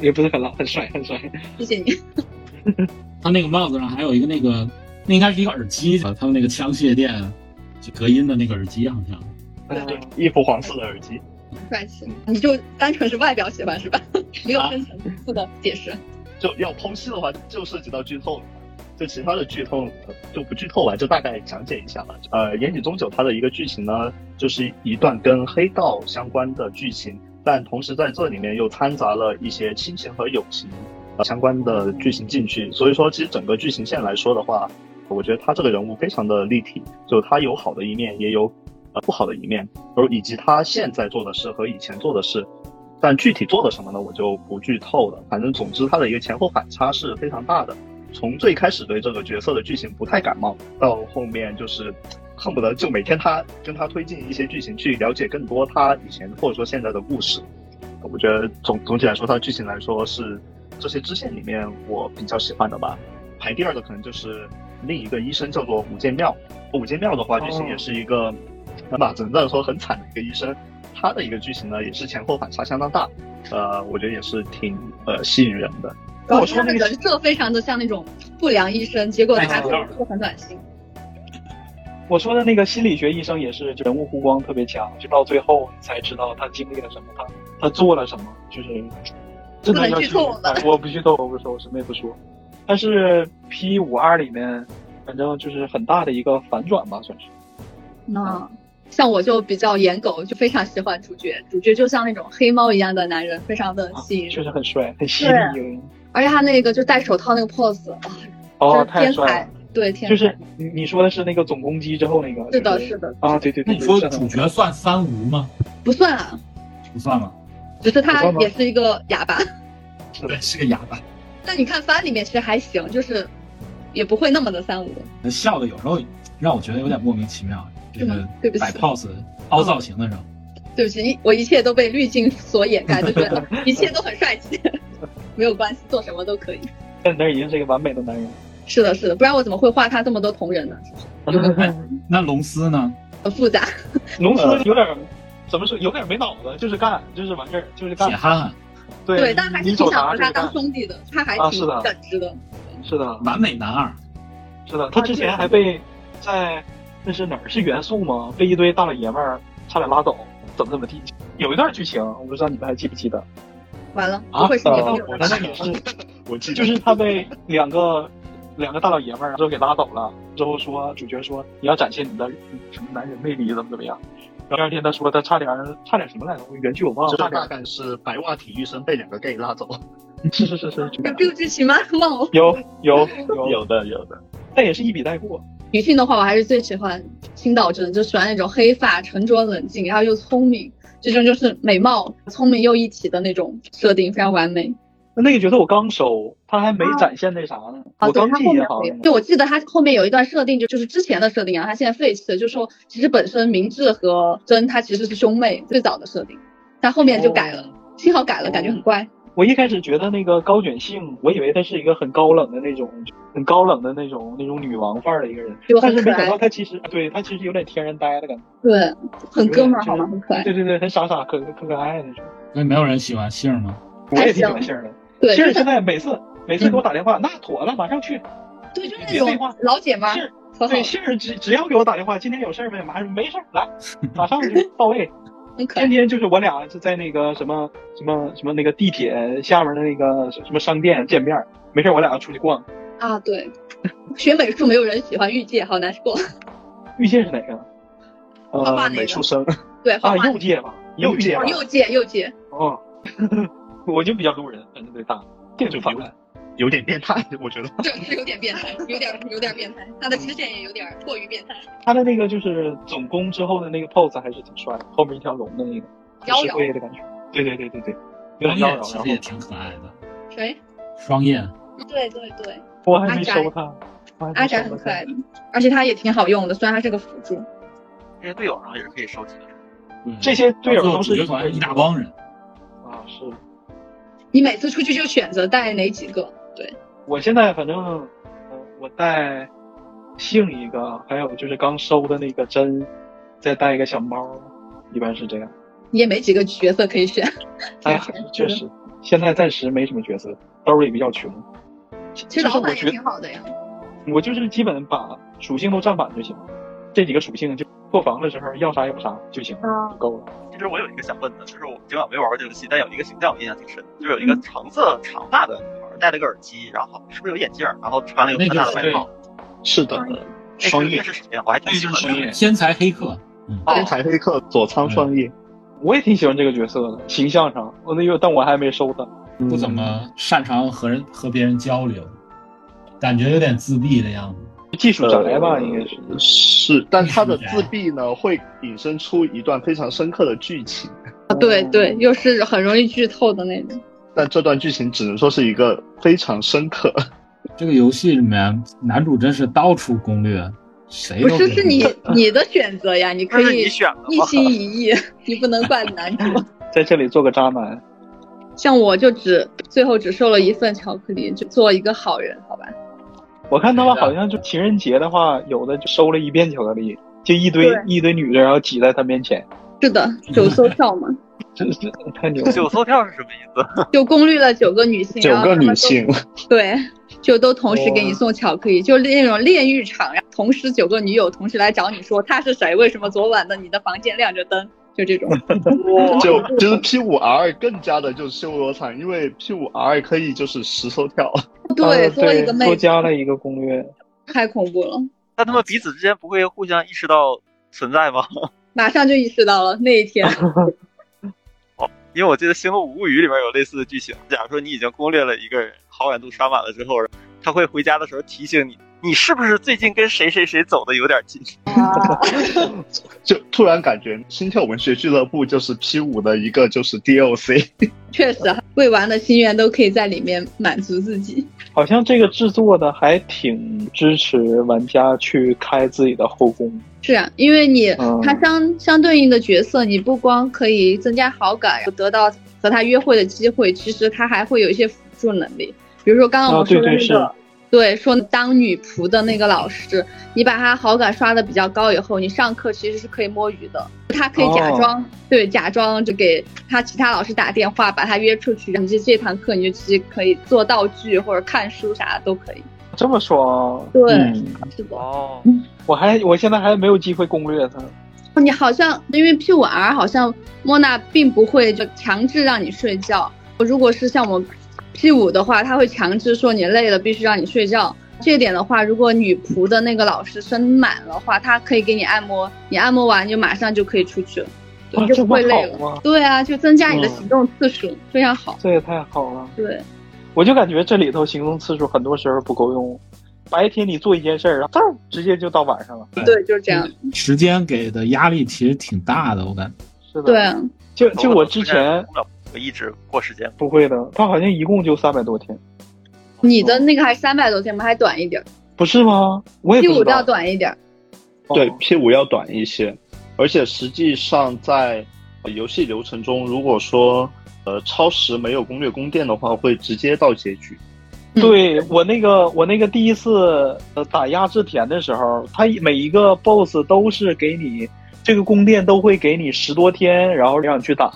Speaker 7: 也不是很老，很帅很帅。
Speaker 6: 谢谢你。
Speaker 9: 他那个帽子上还有一个那个，那应该是一个耳机，呃他们那个枪械店就隔音的那个耳机，好像。
Speaker 7: 对，
Speaker 8: 一副黄色的耳机，
Speaker 6: 帅气，你就单纯是外表喜欢是吧？ [LAUGHS] 没有
Speaker 7: 啊
Speaker 6: 深层次的解释。
Speaker 8: 就要剖析的话，就涉及到剧透了。就其他的剧透呃就不剧透了，就大概讲解一下吧。呃，岩井宗久他的一个剧情呢，就是一段跟黑道相关的剧情，但同时在这里面又掺杂了一些亲情和友情、呃、相关的剧情进去。所以说，其实整个剧情线来说的话，我觉得他这个人物非常的立体，就他有好的一面，也有呃不好的一面，而以及他现在做的事和以前做的事。但具体做了什么呢？我就不剧透了。反正总之，他的一个前后反差是非常大的。从最开始对这个角色的剧情不太感冒，到后面就是恨不得就每天他跟他推进一些剧情，去了解更多他以前或者说现在的故事。我觉得总总体来说，它的剧情来说是这些支线里面我比较喜欢的吧。排第二的可能就是另一个医生叫做武剑庙。武剑庙的话，剧情也是一
Speaker 7: 哦
Speaker 8: 个很把整战说很惨的一个医生，他的一个剧情呢也是前后反差相当大，呃，我觉得也是挺呃吸引人的。
Speaker 7: 那我
Speaker 6: 觉得
Speaker 7: 说
Speaker 6: 他
Speaker 7: 那
Speaker 6: 的
Speaker 7: 个
Speaker 6: 人设非常的像那种不良医生，结果他
Speaker 9: 哎
Speaker 6: 做的很暖心。
Speaker 7: 我说的那个心理学医生也是就人物弧光特别强，就到最后你才知道他经历了什么，他他做了什么，就是真的要去
Speaker 6: 不能剧透了
Speaker 7: 哎我不剧透，我不说，我什么也不说。但是 P 五二里面，反正就是很大的一个反转吧，算是。
Speaker 6: 那啊像我就比较颜狗，就非常喜欢主角，主角就像那种黑猫一样的男人，非常的吸引
Speaker 7: 啊确
Speaker 6: 人。
Speaker 7: 实很帅，很吸引人。
Speaker 6: 而且他那个就戴手套那个 pose，啊，
Speaker 7: 哦，
Speaker 6: 真
Speaker 7: 太
Speaker 6: 是天
Speaker 7: 帅
Speaker 6: 才
Speaker 7: 了！，
Speaker 6: 对天才。
Speaker 7: 就是你你说的是那个总攻击之后那个？
Speaker 6: 是的，
Speaker 7: 就是
Speaker 6: 的，
Speaker 7: 啊，对对
Speaker 9: 那
Speaker 7: 对，
Speaker 9: 你说
Speaker 7: 是的
Speaker 9: 主角算三无吗？
Speaker 6: 不算啊，
Speaker 9: 不算吧，
Speaker 6: 只是
Speaker 7: 不
Speaker 6: 他
Speaker 7: 算吗
Speaker 6: 也是一个哑巴。
Speaker 9: 对，是个哑巴。
Speaker 6: 但你看番里面其实还行，就是也不会那么的三五。
Speaker 9: 那笑的有时候让我觉得有点莫名其妙，这
Speaker 6: 是
Speaker 9: 个
Speaker 6: 吗对不起
Speaker 9: 摆 pose 凹造型的时候，
Speaker 6: 对不起，一我一切都被滤镜所掩盖，就觉得一切都很
Speaker 9: [LAUGHS]
Speaker 6: 帅气，没有关系，做什么都可以。
Speaker 7: 那那已经是一个完美的男人。
Speaker 6: 是的，是的，不然我怎么会画他这么多同人呢？
Speaker 9: 那龙丝呢？
Speaker 6: 很复杂。
Speaker 7: 龙
Speaker 9: 呃
Speaker 7: 斯有点儿怎么说，有点儿没脑子，就是干，就是完事儿，就是干
Speaker 9: 铁。憨憨，
Speaker 7: 对
Speaker 6: 对，但还是
Speaker 7: 你
Speaker 6: 挺
Speaker 7: 走
Speaker 6: 想
Speaker 7: 啥
Speaker 6: 和
Speaker 7: 就是
Speaker 6: 他
Speaker 7: 干
Speaker 6: 当。兄弟的，他还
Speaker 7: 啊
Speaker 6: 挺
Speaker 7: 是的
Speaker 6: 耿直的。啊
Speaker 7: 是的，
Speaker 9: 完美男二，
Speaker 7: 是的，他之前还被在那是哪儿是元素吗？被一堆大老爷们儿差点拉走，怎么怎么地。有一段剧情，我不知道你们还记不记得？
Speaker 6: 完了，
Speaker 9: 啊
Speaker 6: 不会是你
Speaker 7: 呃
Speaker 6: 朋友，
Speaker 7: 我
Speaker 6: 吧
Speaker 7: 难道也是？ [LAUGHS]
Speaker 8: 我记得
Speaker 7: 就是
Speaker 6: [LAUGHS]
Speaker 7: 他被两个两个大老爷们儿之后给拉走了，之后说主角说你要展现你的什么男人魅力，怎么怎么样。然后第二天他说他差点儿差点什么来着，我原句我忘了，
Speaker 8: 这
Speaker 7: 差点
Speaker 8: 哦大
Speaker 7: 儿
Speaker 8: 概是白袜体育生被两个 gay 拉走，
Speaker 7: 是是是是，
Speaker 6: 是 Bill 之奇吗？忘了。
Speaker 7: 有
Speaker 6: [LAUGHS]
Speaker 7: 有有，
Speaker 8: [LAUGHS] 有的有的。
Speaker 7: 但也是一笔带过。
Speaker 6: 女性的话，我还是最喜欢青岛真，就喜欢那种黑发、沉着冷静，然后又聪明，这种就是美貌、聪明又一体的那种设定，非常完美。
Speaker 7: 那个角色我刚收，他还没展现那啥呢，
Speaker 6: 啊，
Speaker 7: 我
Speaker 6: 对
Speaker 7: 刚
Speaker 6: 他
Speaker 7: 记
Speaker 6: 后
Speaker 7: 一
Speaker 6: 面
Speaker 7: 行
Speaker 6: 没有，就我记得他后面有一段设定，就就是之前的设定啊，他现在废弃了，就说其实本身明智和真他其实是兄妹，最早的设定，但后面就改
Speaker 7: 哦
Speaker 6: 了，幸好改了，感觉很怪。
Speaker 7: 我一开始觉得那个高卷幸，我以为她是一个很高冷的那种，很高冷的那种那种女王范儿的一个人
Speaker 6: 就，
Speaker 7: 但
Speaker 6: 很
Speaker 7: 是没想
Speaker 6: 可
Speaker 7: 到
Speaker 6: 爱
Speaker 7: 她其实对她其实有点天然呆的感觉，
Speaker 6: 对，很哥们儿
Speaker 7: 就是
Speaker 6: 好吗？很可爱。
Speaker 7: 对对对，很傻傻可可可爱的那种。
Speaker 9: 所以没有人喜欢杏儿吗？
Speaker 7: 我也挺喜欢杏儿的，
Speaker 6: 对，
Speaker 7: 杏
Speaker 6: 就是
Speaker 7: 儿
Speaker 6: 嗯
Speaker 7: 现在每次每次给我打电话，那妥了，马上去。
Speaker 6: 对，就是那
Speaker 7: 别废话
Speaker 6: 种老姐们
Speaker 7: 杏
Speaker 6: 儿，
Speaker 7: 儿
Speaker 6: 可好
Speaker 7: 对，杏儿只只要给我打电话，今天有事儿没？马上没事儿，来，马上就到位。
Speaker 6: 很 [LAUGHS] 可
Speaker 7: 天
Speaker 6: 爱。
Speaker 7: 天就是我俩是在那个什么什么什么那个地铁下面的那个什么商店见面儿，没事儿我俩出去逛。
Speaker 6: 啊，对，学美术没有人喜欢玉界，好难过。
Speaker 7: 玉界是哪个？
Speaker 6: 画画
Speaker 7: 呃，
Speaker 6: 那个
Speaker 7: 美术
Speaker 8: [LAUGHS]
Speaker 7: 生
Speaker 6: 对，画
Speaker 7: [LAUGHS] 啊，
Speaker 6: 画
Speaker 7: 右界
Speaker 9: [LAUGHS]
Speaker 7: 吧，
Speaker 8: 右
Speaker 7: 界
Speaker 8: 界
Speaker 7: 吧
Speaker 8: 吧，
Speaker 6: 哦，
Speaker 7: [LAUGHS]
Speaker 6: 右界右界，
Speaker 7: 哦，我就比较路人，反正对大建筑方面，
Speaker 8: 有点变态，我觉得。
Speaker 6: 对，是有点变态，有点有点变态，他的支线也有点过于变态。
Speaker 7: 他的那个就是总攻之后的那个 pose 还是挺帅的，后面一条龙的那个
Speaker 6: 妖
Speaker 7: 就是
Speaker 6: 娆
Speaker 7: 会的感觉。对对对对对，有
Speaker 9: 双
Speaker 7: 点妖
Speaker 9: 燕其
Speaker 7: 娆。然
Speaker 9: 实
Speaker 7: 后
Speaker 9: 也挺可爱的，
Speaker 6: 谁？
Speaker 9: 双燕
Speaker 6: 对对对，
Speaker 7: 我还没收他，我还
Speaker 6: 阿
Speaker 7: 没
Speaker 6: 宅
Speaker 7: 收
Speaker 6: 很
Speaker 7: 过
Speaker 6: 可
Speaker 7: 他
Speaker 6: 爱。的，而且他也挺好用的，虽然他是个辅助。
Speaker 10: 这些队友然后也是可以收集的。
Speaker 9: 嗯
Speaker 7: 这些队友
Speaker 9: 最后
Speaker 7: 都
Speaker 9: 主
Speaker 7: 是
Speaker 9: 角团是一大帮人，
Speaker 7: 啊，是。
Speaker 6: 你每次出去就选择带哪几个？对，
Speaker 7: 我现在反正，呃我带杏一个，还有就是刚收的那个针，再带一个小猫，一般是这样。
Speaker 6: 你也没几个角色可以选。
Speaker 7: 哎，确实，现在暂时没什么角色，兜儿也比较穷。
Speaker 6: 其实
Speaker 7: 就是
Speaker 6: 老
Speaker 7: 我
Speaker 6: 板也
Speaker 7: 觉得
Speaker 6: 挺好的呀。
Speaker 7: 我就是基本把属性都占满就行了，这几个属性就破防的时候要啥有啥就行
Speaker 6: 嗯
Speaker 7: 了，就够了。
Speaker 10: 其实我有一个想问的，就是我今晚没玩过这游戏，但有一个形象我印象挺深，就是有一个橙色长发的女孩，戴了个耳机，然后是不是有眼镜儿，然后穿了一个
Speaker 9: 那
Speaker 10: 很大
Speaker 9: 就
Speaker 10: 的外
Speaker 9: 是
Speaker 10: 套，哎
Speaker 8: 是的，
Speaker 10: 那是那是谁呀？我还挺喜欢的。
Speaker 9: 天才黑客，
Speaker 10: 哦
Speaker 8: 天才黑客佐仓双叶，
Speaker 7: 我也挺喜欢这个角色的，形象上，我那个但我还没收他。
Speaker 9: 不怎么呃擅长和人和别人交流，感觉有点自闭的样子。
Speaker 7: 技术宅吧，应该是。
Speaker 8: 嗯是，但他的
Speaker 9: 艺术宅
Speaker 8: 自闭呢，会引申出一段非常深刻的剧情。
Speaker 6: 啊对对，又是很容易剧透的那种。
Speaker 8: 但这段剧情只能说是一个非常深刻。
Speaker 9: 这个游戏里面男主真是到处攻略，谁
Speaker 6: 不
Speaker 9: 都
Speaker 6: 是，
Speaker 9: 给
Speaker 6: 是你你的选择呀，你可
Speaker 10: 那是
Speaker 6: 以
Speaker 10: 你选的
Speaker 6: 一
Speaker 10: 吗？
Speaker 6: 心一意， [LAUGHS] 你不能怪男主。 [LAUGHS]
Speaker 7: 在这里做个渣男，
Speaker 6: 像我就只最后只收了一份巧克力，就做一个好人，好吧？
Speaker 7: 我看他们好像就情人节的话，有的就收了一遍巧克力，就一堆
Speaker 6: 对
Speaker 7: 一堆女的，然后挤在他面前，
Speaker 6: 是的，九搜票嘛，
Speaker 7: 真是太牛了。
Speaker 10: 九搜票是什么意思？
Speaker 6: 就攻略了九个女性，
Speaker 8: 九
Speaker 6: 然后
Speaker 8: 个
Speaker 6: 她们
Speaker 8: 女
Speaker 6: 都
Speaker 8: 性，哦
Speaker 6: 对，就都同时给你送巧克力，就那种炼狱场，然后同时九个女友同时来找你说她是谁，为什么昨晚的你的房间亮着灯，就
Speaker 8: [LAUGHS]
Speaker 6: 这种。
Speaker 8: 就就是 P 五 R 更加的就是修罗场，因为 P 五 R 可以就是实收跳。
Speaker 6: 对，
Speaker 7: 啊
Speaker 6: 多一个妹
Speaker 7: 多
Speaker 6: 子，
Speaker 7: 加了一个攻略，
Speaker 6: 太恐怖了。
Speaker 10: 但他们彼此之间不会互相意识到存在吗？ [LAUGHS]
Speaker 6: 马上就意识到了那一
Speaker 8: [LAUGHS]
Speaker 6: 天，
Speaker 10: 因为我记得《星露谷物语》里面有类似的剧情，假如说你已经攻略了一个人，好感度刷满了之后，他会回家的时候提醒你，你是不是最近跟谁谁谁走的有点近？ [LAUGHS]
Speaker 8: 就突然感觉心跳文学俱乐部就是 P 五的一个就是 DLC，
Speaker 6: 确实啊未完的心愿都可以在里面满足自己。
Speaker 7: 好像这个制作的还挺支持玩家去开自己的后宫。
Speaker 6: 是啊，因为你
Speaker 7: 嗯
Speaker 6: 它相相对应的角色，你不光可以增加好感，得到和他约会的机会，其实他还会有一些辅助能力。比如说刚刚我们
Speaker 7: 啊
Speaker 6: 说的
Speaker 7: 对
Speaker 6: 那
Speaker 7: 对
Speaker 6: 个，对说当女仆的那个老师，你把他好感刷的比较高以后，你上课其实是可以摸鱼的。他可以假
Speaker 7: 哦
Speaker 6: 装、对假装就给他其他老师打电话，把他约出去，然后这这堂课你就直接可以做道具或者看书啥的都可以。
Speaker 7: 这么说啊，
Speaker 6: 对，
Speaker 7: 嗯
Speaker 6: 是的。
Speaker 10: 哦，
Speaker 7: 我还我现在还没有机会攻略他。
Speaker 6: 你好像因为 P 五 R 好像莫娜并不会就强制让你睡觉，如果是像我们 P 五的话，他会强制说你累了必须让你睡觉。这一点的话，如果女仆的那个老师身满的话，她可以给你按摩，你按摩完就马上就可以出去了，
Speaker 7: 哇
Speaker 6: 你就
Speaker 7: 这
Speaker 6: 不
Speaker 7: 么
Speaker 6: 会累
Speaker 7: 好吗
Speaker 6: 了。对啊，就增加你的
Speaker 7: 嗯
Speaker 6: 行动次数，非常好。
Speaker 7: 这也太好了，
Speaker 6: 对，
Speaker 7: 我就感觉这里头行动次数很多时候不够用。白天你做一件事儿，然后嘚儿直接就到晚上了。
Speaker 6: 对，就是这样。
Speaker 7: 嗯
Speaker 9: 时间给的压力其实挺大的，我感觉。
Speaker 7: 是的，
Speaker 6: 对啊，
Speaker 7: 就就我之前
Speaker 10: 我一直过时间，
Speaker 7: 不会的，他好像一共就三百多天，
Speaker 6: 你的那个还三百多天吗？还短一点儿
Speaker 7: 不是吗？我也
Speaker 6: ，P
Speaker 7: 不
Speaker 6: 五
Speaker 7: 知
Speaker 6: 的要
Speaker 7: 道。
Speaker 6: 短一点儿。
Speaker 7: 哦
Speaker 8: 对 P 五要短一些，而且实际上在呃游戏流程中，如果说呃超时没有攻略宫殿的话，会直接到结局。
Speaker 7: 对我那个我那个第一次呃打压制田的时候，他每一个 BOSS 都是给你这个宫殿都会给你十多天，然后让你去打。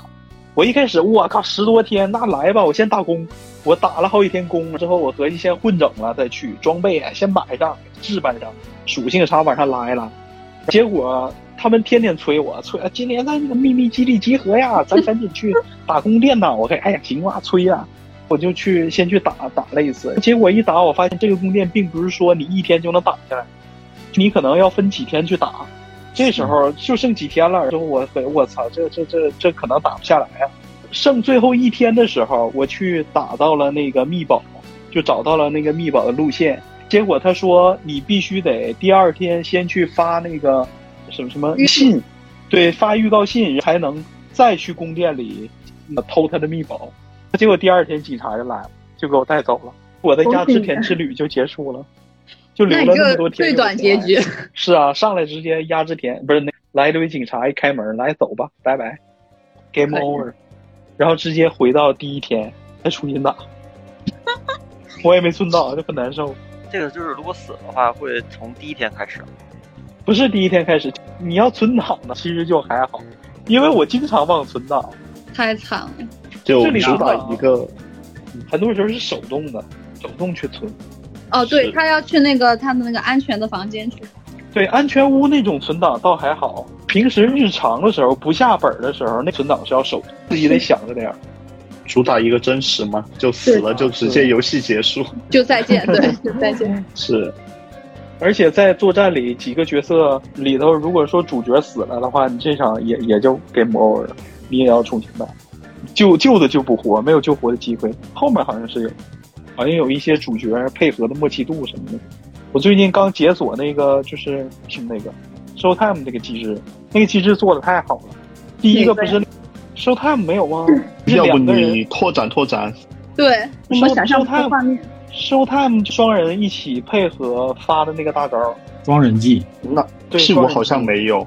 Speaker 7: 我一开始我靠十多天，那来吧，我先打工。我打了好几天工之后，我合计先混整了再去，装备啊先买上，置办上，属性啥往上拉一拉。结果他们天天催我，催啊今年咱那个秘密基地集合呀，咱赶紧去打宫殿呐！我看哎呀行啊，催呀、我就去先去打打了一次，结果一打，我发现这个宫殿并不是说你一天就能打下来，你可能要分几天去打。这时候
Speaker 6: 嗯
Speaker 7: 就剩几天了，之后我我操，这这这这可能打不下来啊！剩最后一天的时候，我去打到了那个密宝，就找到了那个密保的路线。结果他说你必须得第二天先去发那个什么什么信，对，发预告信才能再去宫殿里呃偷他的密保。结果第二天警察就来了，就给我带走了。我在家之田之旅就结束了，就留
Speaker 6: 那
Speaker 7: 了
Speaker 6: 你
Speaker 7: 么
Speaker 6: 这
Speaker 7: 多
Speaker 6: 个
Speaker 7: 天。
Speaker 6: 最短结局。 [LAUGHS]
Speaker 7: 是啊，上来直接压制田，不是那来一堆警察，一开门来走吧，拜拜，game
Speaker 6: 可以
Speaker 7: over，然后直接回到第一天再重新打，我也没存档，就很难受。
Speaker 10: 这个就是如果死的话，会从第一天开始。
Speaker 7: 不是第一天开始，你要存档的其实就还好，因为我经常忘存档，
Speaker 6: 太惨了。
Speaker 8: 就
Speaker 7: 这里
Speaker 8: 主打
Speaker 7: 说吧
Speaker 8: 一个
Speaker 7: 很多时候是手动的，手动去存。
Speaker 6: 哦，对
Speaker 8: 是
Speaker 6: 他要去那个他的那个安全的房间去。
Speaker 7: 对，安全屋那种存档倒还好，平时日常的时候不下本儿的时候，那存档是要手自己得想着点儿。
Speaker 8: 主打一个真实嘛，就死了就直接游戏结束，
Speaker 6: 就再
Speaker 7: [LAUGHS]
Speaker 6: 见，对，就再见。
Speaker 8: 是
Speaker 7: 而且在作战里，几个角色里头，如果说主角死了的话，你这场也也就 game over 了，你也要重新打。救救的救不活，没有救活的机会。后面好像是有，好像有一些主角配合的默契度什么的。我最近刚解锁那个就是是那个 Showtime 那个机制，那个机制做的太好了。第一个不是 Showtime 没有
Speaker 6: 嗯
Speaker 7: 吗？是
Speaker 8: 要不
Speaker 7: 两个人
Speaker 8: 你拓展拓展，
Speaker 6: 对，我们想象不到画面。
Speaker 7: Showtime 双人一起配合发的那个大招，
Speaker 9: 双人技，
Speaker 8: 那
Speaker 7: 对，
Speaker 8: 是
Speaker 7: 双
Speaker 8: 我
Speaker 7: 人
Speaker 8: 好像
Speaker 7: 机
Speaker 8: 没有，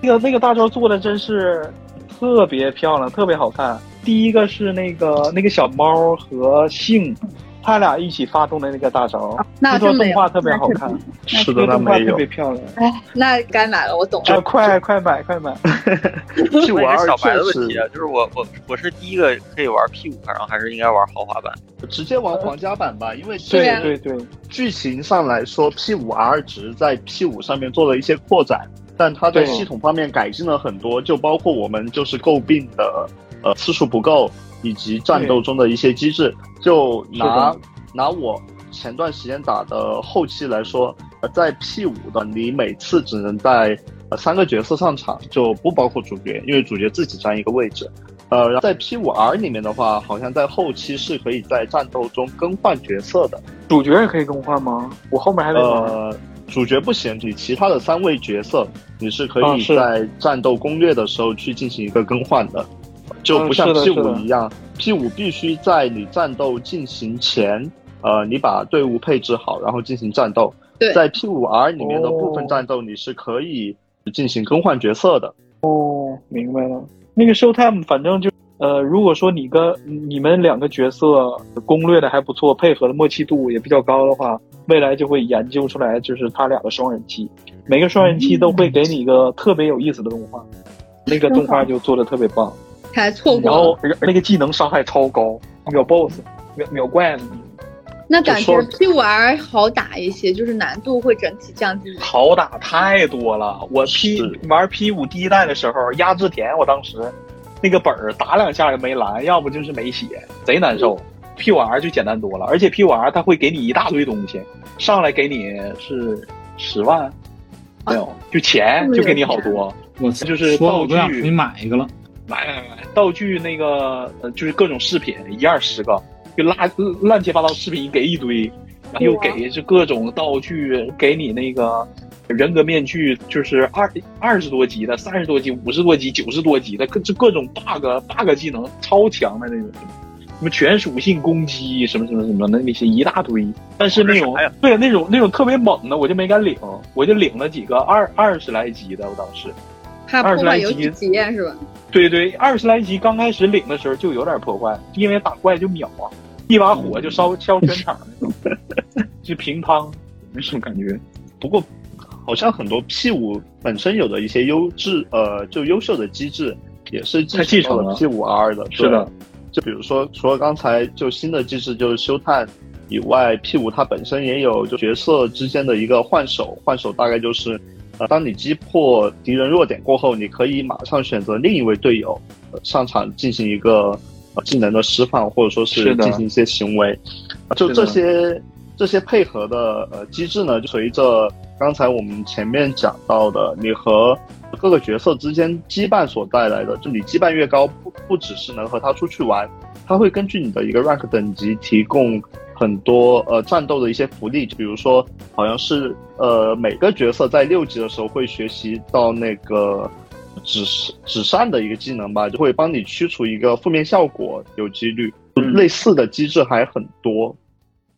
Speaker 7: 那个那个大招做的真是特别漂亮，特别好看。第一个是那个那个小猫和杏，他俩一起发动的那个大招，
Speaker 6: 啊那
Speaker 7: 段
Speaker 6: 真没
Speaker 7: 动
Speaker 6: 有
Speaker 7: 画特别好看，
Speaker 6: 那
Speaker 8: 是
Speaker 7: 那
Speaker 8: 的，那
Speaker 7: 动画
Speaker 8: 没
Speaker 7: 特
Speaker 8: 有
Speaker 7: 别，漂亮。
Speaker 6: 哎，那该买了，我懂
Speaker 7: 啊，
Speaker 6: 了。
Speaker 7: 快快买快买！
Speaker 8: 去
Speaker 10: 那
Speaker 8: 玩
Speaker 10: 也是
Speaker 8: 儿
Speaker 10: 小白的
Speaker 8: 确
Speaker 10: 问题啊
Speaker 8: 实，
Speaker 10: 就是我我我是第一个可以玩 P 五，然后还是应该玩豪华版。
Speaker 8: 直接玩皇家版吧，因为
Speaker 7: 对
Speaker 6: 对啊
Speaker 7: 对对，
Speaker 8: 剧情上来说，P 五 R 值在 P 五上面做了一些扩展，但它在
Speaker 7: 对
Speaker 8: 系统方面改进了很多，就包括我们就是诟病的呃次数不够，以及战斗中的一些机制。就拿
Speaker 7: 是
Speaker 8: 拿我前段时间打的后期来说，呃、在 P 五的你每次只能带呃三个角色上场，就不包括主角，因为主角自己占一个位置。呃，然后在 P 五 R 里面的话，好像在后期是可以在战斗中更换角色的。
Speaker 7: 主角也可以更换吗？我后面还没玩。
Speaker 8: 呃，主角不行，你其他的三位角色你是可
Speaker 7: 啊
Speaker 8: 以
Speaker 7: 是
Speaker 8: 在战斗攻略的时候去进行一个更换的，就
Speaker 7: 嗯
Speaker 8: 不像
Speaker 7: 是的
Speaker 8: P
Speaker 7: 是
Speaker 8: 五
Speaker 7: 的
Speaker 8: 一样，P 五必须在你战斗进行前，呃，你把队伍配置好，然后进行战斗。
Speaker 6: 对
Speaker 8: 在 P 五 R 里面的部
Speaker 7: 哦
Speaker 8: 分战斗你是可以进行更换角色的。
Speaker 7: 哦，明白了。那个 Showtime 反正就呃，如果说你跟你们两个角色攻略的还不错，配合的默契度也比较高的话，未来就会研究出来，就是他俩的双人机，每个双人机都会给你一个特别有意思的动画，那个动画就做的特别棒，
Speaker 6: 还错
Speaker 7: 然
Speaker 6: 过
Speaker 7: 后
Speaker 6: 了，
Speaker 7: 而那个技能伤害超高，秒 BOSS，秒秒怪什么的，
Speaker 6: 那感
Speaker 7: 就
Speaker 6: 觉
Speaker 7: 说
Speaker 6: P 五 R 好打一些，就是难度会整体降低。
Speaker 7: 好打太多了。我 P
Speaker 8: 是
Speaker 7: 玩 P 五第一代的时候，压制田，我当时那个本儿打两下就没蓝，要不就是没血，贼难受。P 五 R 就简单多了，而且 P 五 R 它会给你一大堆东西，上来给你是十万，没有就钱
Speaker 6: 这么
Speaker 7: 就
Speaker 6: 有
Speaker 7: 给你好多，
Speaker 9: 我
Speaker 7: 就是
Speaker 9: 说我
Speaker 7: 道具
Speaker 9: 都想出去买一个了。
Speaker 7: 买买买道具那个呃就是各种饰品一样十个，就拉乱七八糟饰品给一堆，然后又
Speaker 10: 啊
Speaker 7: 给就各种道具，给你那个人格面具，就是二二十多级的、三十多级、五十多级、九十多级的，各这各种 bug bug 技能超强的那种。什么全属性攻击，什么什么什么的那些一大堆，但是那种
Speaker 10: 玩啥呀
Speaker 7: 对那种那种特别猛的，我就没敢领，我就领了几个二二十来级的，我当时，
Speaker 6: 怕破坏游戏体验是吧？
Speaker 7: 对对，二十来级刚开始领的时候就有点破坏，因为打怪就秒啊，一把火就烧烧全场那种， [LAUGHS] 就平汤那种感觉。
Speaker 8: 不过，好像很多 P 五本身有的一些优质呃就优秀的机制也是
Speaker 7: 它继
Speaker 8: 继
Speaker 7: 承
Speaker 8: 承
Speaker 7: 了
Speaker 8: 了 P 五 R 的。
Speaker 7: 是的
Speaker 8: 对，就比如说，除了刚才就新的机制就是修探以外，P 五它本身也有就角色之间的一个换手，换手大概就是，呃，当你击破敌人弱点过后，你可以马上选择另一位队友、呃上场进行一个。呃技能的释放，或者说
Speaker 7: 是
Speaker 8: 是
Speaker 7: 的
Speaker 8: 进行一些行为，啊
Speaker 7: 是
Speaker 8: 就
Speaker 7: 的
Speaker 8: 这些这些配合的呃机制呢，就随着刚才我们前面讲到的，你和各个角色之间羁绊所带来的，就你羁绊越高，不不只是能和他出去玩，他会根据你的一个 rank 等级提供很多呃战斗的一些福利，比如说好像是呃每个角色在六级的时候会学习到那个纸纸扇的一个技能吧，就会帮你驱除一个负面效果，有几率、
Speaker 7: 嗯
Speaker 8: 类似的机制还很多。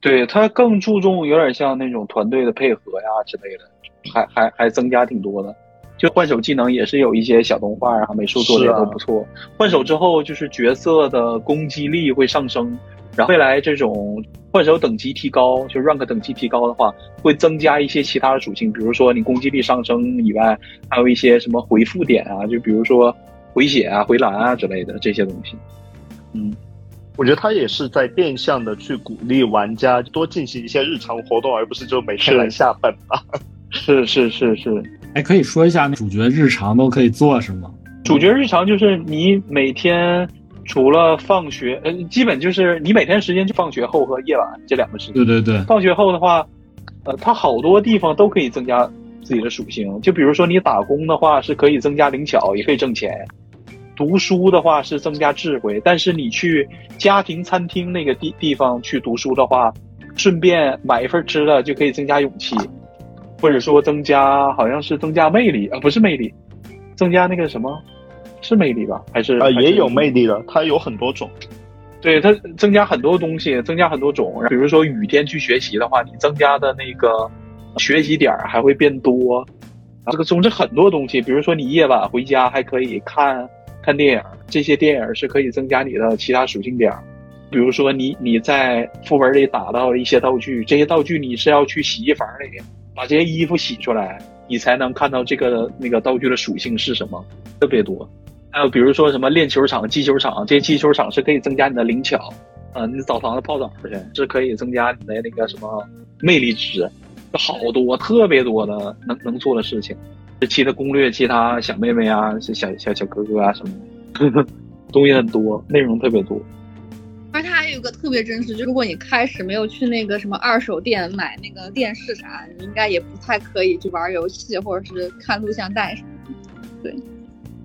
Speaker 7: 对他更注重有点像那种团队的配合呀之类的，还还还增加挺多的。就换手技能也是有一些小动画啊，美术做的也
Speaker 8: 是啊
Speaker 7: 都不错。换手之后就是角色的攻击力会上升，然后未来这种换手等级提高，就 rank 等级提高的话，会增加一些其他的属性，比如说你攻击力上升以外，还有一些什么回复点啊，就比如说回血啊、回蓝啊之类的这些东西。
Speaker 8: 我觉得他也是在变相的去鼓励玩家多进行一些日常活动，而不是就每天来下本吧。
Speaker 7: 是是是是，
Speaker 9: 哎，可以说一下那主角日常都可以做什么？
Speaker 7: 主角日常就是你每天除了放学，呃，基本就是你每天时间就放学后和夜晚这两个时间。
Speaker 9: 对对对，
Speaker 7: 放学后的话，呃，它好多地方都可以增加自己的属性。就比如说你打工的话，是可以增加灵巧，也可以挣钱；读书的话是增加智慧。但是你去家庭餐厅那个地地方去读书的话，顺便买一份吃的就可以增加勇气，或者说增加好像是增加魅力啊、呃不是魅力，增加那个什么。是魅力吧？还是
Speaker 8: 啊、
Speaker 7: 还
Speaker 8: 也
Speaker 7: 是
Speaker 8: 有魅力的，它有很多种。
Speaker 7: 对它增加很多东西，增加很多种。比如说雨天去学习的话，你增加的那个学习点儿还会变多。啊这个总之很多东西，比如说你夜晚回家还可以看看电影儿，这些电影儿是可以增加你的其他属性点儿。比如说你你在副本里打到一些道具，这些道具你是要去洗衣房里把这些衣服洗出来，你才能看到这个那个道具的属性是什么，特别多。还有比如说什么练球场、击球场，这些击球场是可以增加你的灵巧，呃，你澡堂子泡澡去是可以增加你的那个什么魅力值，好多特别多的能能做的事情。这期的攻略，其他小妹妹啊、小小小小哥哥啊什么的， [LAUGHS] 东西很多，内容特别多。
Speaker 6: 而它还有一个特别真实，就如果你开始没有去那个什么二手店买那个电视啥，你应该也不太可以去玩游戏或者是看录像带什么的。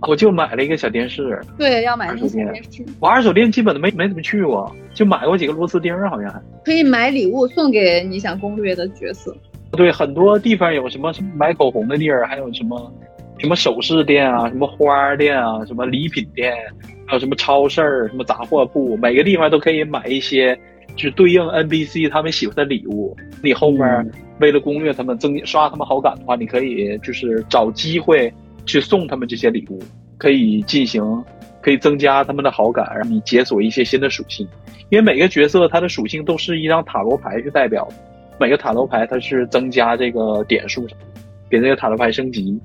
Speaker 7: 我就买了一个小电视，
Speaker 6: 对，要买
Speaker 7: 二
Speaker 6: 那
Speaker 7: 手
Speaker 6: 些
Speaker 7: 店
Speaker 6: 电视，
Speaker 7: 我二手店基本都没没怎么去过，就买过几个螺丝钉儿，好像还。
Speaker 6: 可以买礼物送给你想攻略的角色。
Speaker 7: 对，很多地方有什么什么买口红的地儿，还有什么什么首饰店啊，什么花儿店啊，什么礼品店，还有什么超市儿、什么杂货铺，每个地方都可以买一些，就是对应 NPC 他们喜欢的礼物。你后面为了攻略他们、增刷他们好感的话，你可以就是找机会去送他们这些礼物，可以进行。可以增加他们的好感，让你解锁一些新的属性，因为每个角色它的属性都是一张塔罗牌去代表的。每个塔罗牌它是增加这个点数，给这个塔罗牌升级。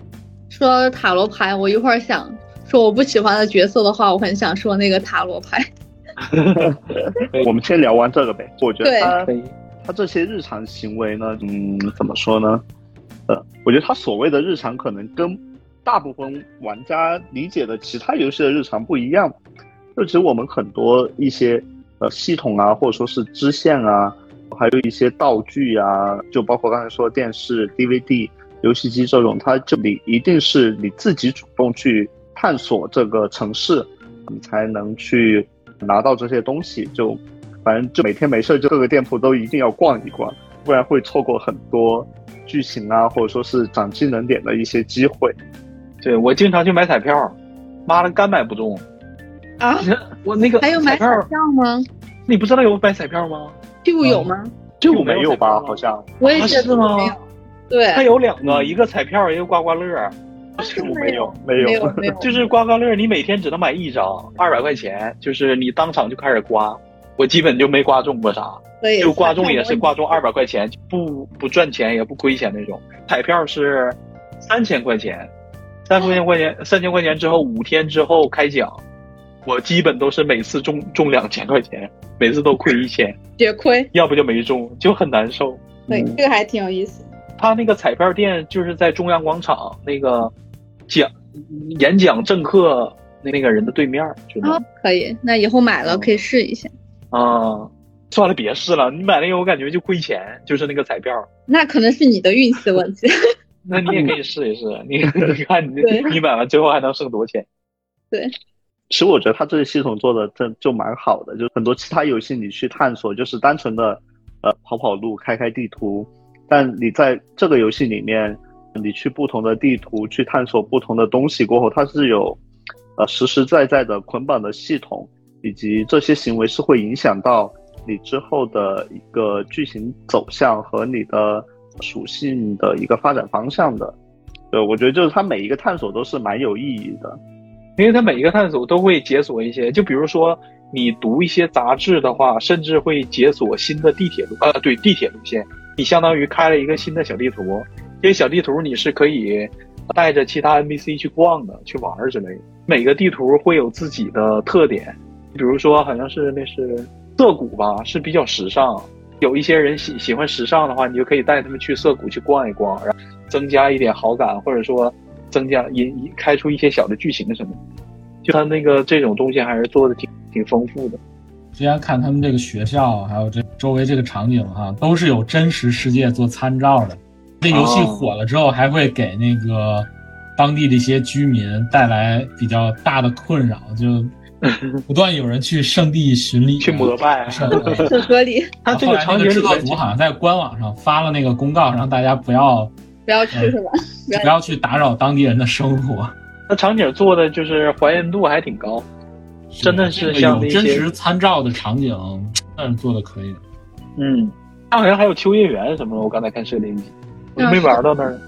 Speaker 6: 说塔罗牌，我一会儿想说我不喜欢的角色的话，我很想说那个塔罗牌。
Speaker 8: 我们先聊完这个呗。我觉得
Speaker 6: 对
Speaker 8: 它
Speaker 7: 可以，
Speaker 8: 他这些日常行为呢，嗯，怎么说呢？呃，我觉得他所谓的日常可能跟大部分玩家理解的其他游戏的日常不一样。就其实我们很多一些呃系统啊，或者说是支线啊，还有一些道具啊，就包括刚才说电视、DVD、游戏机这种，它就你一定是你自己主动去探索这个城市，你才能去拿到这些东西。就反正就每天没事就各个店铺都一定要逛一逛，不然会错过很多剧情啊，或者说是长技能点的一些机会。
Speaker 7: 对我经常去买彩票，妈的干买不中
Speaker 6: 啊！
Speaker 7: 我那个
Speaker 6: 还有买彩
Speaker 7: 票，
Speaker 6: 票吗？
Speaker 7: 你不知道有买彩票吗？
Speaker 6: 就有吗？
Speaker 8: 就
Speaker 7: 我没
Speaker 8: 没
Speaker 7: 有
Speaker 8: 有
Speaker 7: 彩
Speaker 8: 吧？
Speaker 7: 票啊
Speaker 8: 好像嗯
Speaker 6: 我也觉
Speaker 7: 嗯啊是
Speaker 6: 得
Speaker 7: 吗
Speaker 6: 哎没有。对，
Speaker 7: 它有两个，一个彩票，一个刮刮乐。
Speaker 8: 我没有，没
Speaker 6: 没
Speaker 8: 有。
Speaker 6: 有没有，
Speaker 7: 就是刮刮乐，你每天只能买一张，二百块钱，就是你当场就开始刮。我基本就没刮中过啥，
Speaker 6: 所以
Speaker 7: 就刮中也是刮中二百块钱，不不赚钱也不亏钱那种。彩票是三千块钱，三千块钱，三千块钱之后五天之后开奖，我基本都是每次中中两千块钱，每次都亏一千，
Speaker 6: 血亏。
Speaker 7: 要不就没中，就很难受。
Speaker 6: 对，
Speaker 7: 嗯
Speaker 6: 这个还挺有意思。
Speaker 7: 他那个彩票店就是在中央广场那个讲演讲政客那那个人的对面儿，知道吗
Speaker 6: 哦，可以，那以后买
Speaker 7: 嗯
Speaker 6: 了可以试一下。
Speaker 7: 啊，算了，别试了，你买那个我感觉就亏钱，就是那个彩票。
Speaker 6: 那可能是你的运气问题。 [LAUGHS]
Speaker 7: 那你也可以试一试，你你看你
Speaker 6: 对
Speaker 7: 你买完最后还能剩多少钱？
Speaker 8: 其实我觉得它这个系统做的真就蛮好的，就很多其他游戏你去探索，就是单纯的呃跑跑路、开开地图，但你在这个游戏里面，你去不同的地图去探索不同的东西过后，它是有呃实实在在的捆绑的系统，以及这些行为是会影响到你之后的一个剧情走向和你的属性的一个发展方向的。对，我觉得就是它每一个探索都是蛮有意义的。
Speaker 7: 因为它每一个探索都会解锁一些，就比如说你读一些杂志的话，甚至会解锁新的地铁路，呃，对，地铁路线，你相当于开了一个新的小地图，这些小地图你是可以带着其他 NPC 去逛的、去玩儿之类的。每个地图会有自己的特点，比如说好像是那是涩谷吧，是比较时尚。有一些人喜喜欢时尚的话，你就可以带他们去涩谷去逛一逛，然后增加一点好感，或者说增加引引开出一些小的剧情什么的。就他那个这种东西还是做的挺挺丰富
Speaker 9: 嗯
Speaker 7: 的。
Speaker 9: 之前看他们这个学校，还有这周围这个场景哈、都是有真实世界做参照的。这游
Speaker 7: 哦
Speaker 9: 戏火了之后，还会给那个当地的一些居民带来比较大的困扰，
Speaker 7: [LAUGHS]
Speaker 9: 就不断有人去圣地巡礼啊，
Speaker 7: 去 [LAUGHS] 摩拜
Speaker 9: 是的
Speaker 6: 很合理，
Speaker 7: 他这
Speaker 9: 后
Speaker 7: 个
Speaker 9: 来
Speaker 7: 场
Speaker 9: 那
Speaker 7: 景
Speaker 9: 制
Speaker 7: 里
Speaker 9: 作
Speaker 7: 面
Speaker 9: 组好像在官网上发了那个公告，让大家不要
Speaker 6: 不要吃是吧？
Speaker 9: 不要去打扰当地人的生活。
Speaker 7: 那场景做的就是还原度还挺高，真的是
Speaker 9: 这个
Speaker 7: 像
Speaker 9: 有
Speaker 7: 那
Speaker 9: 真
Speaker 7: 些
Speaker 9: 实参照的场景，但是做的可以的。
Speaker 7: 嗯，他好像还有秋叶原什么的，我刚才看设定集，我就没玩到那儿。嗯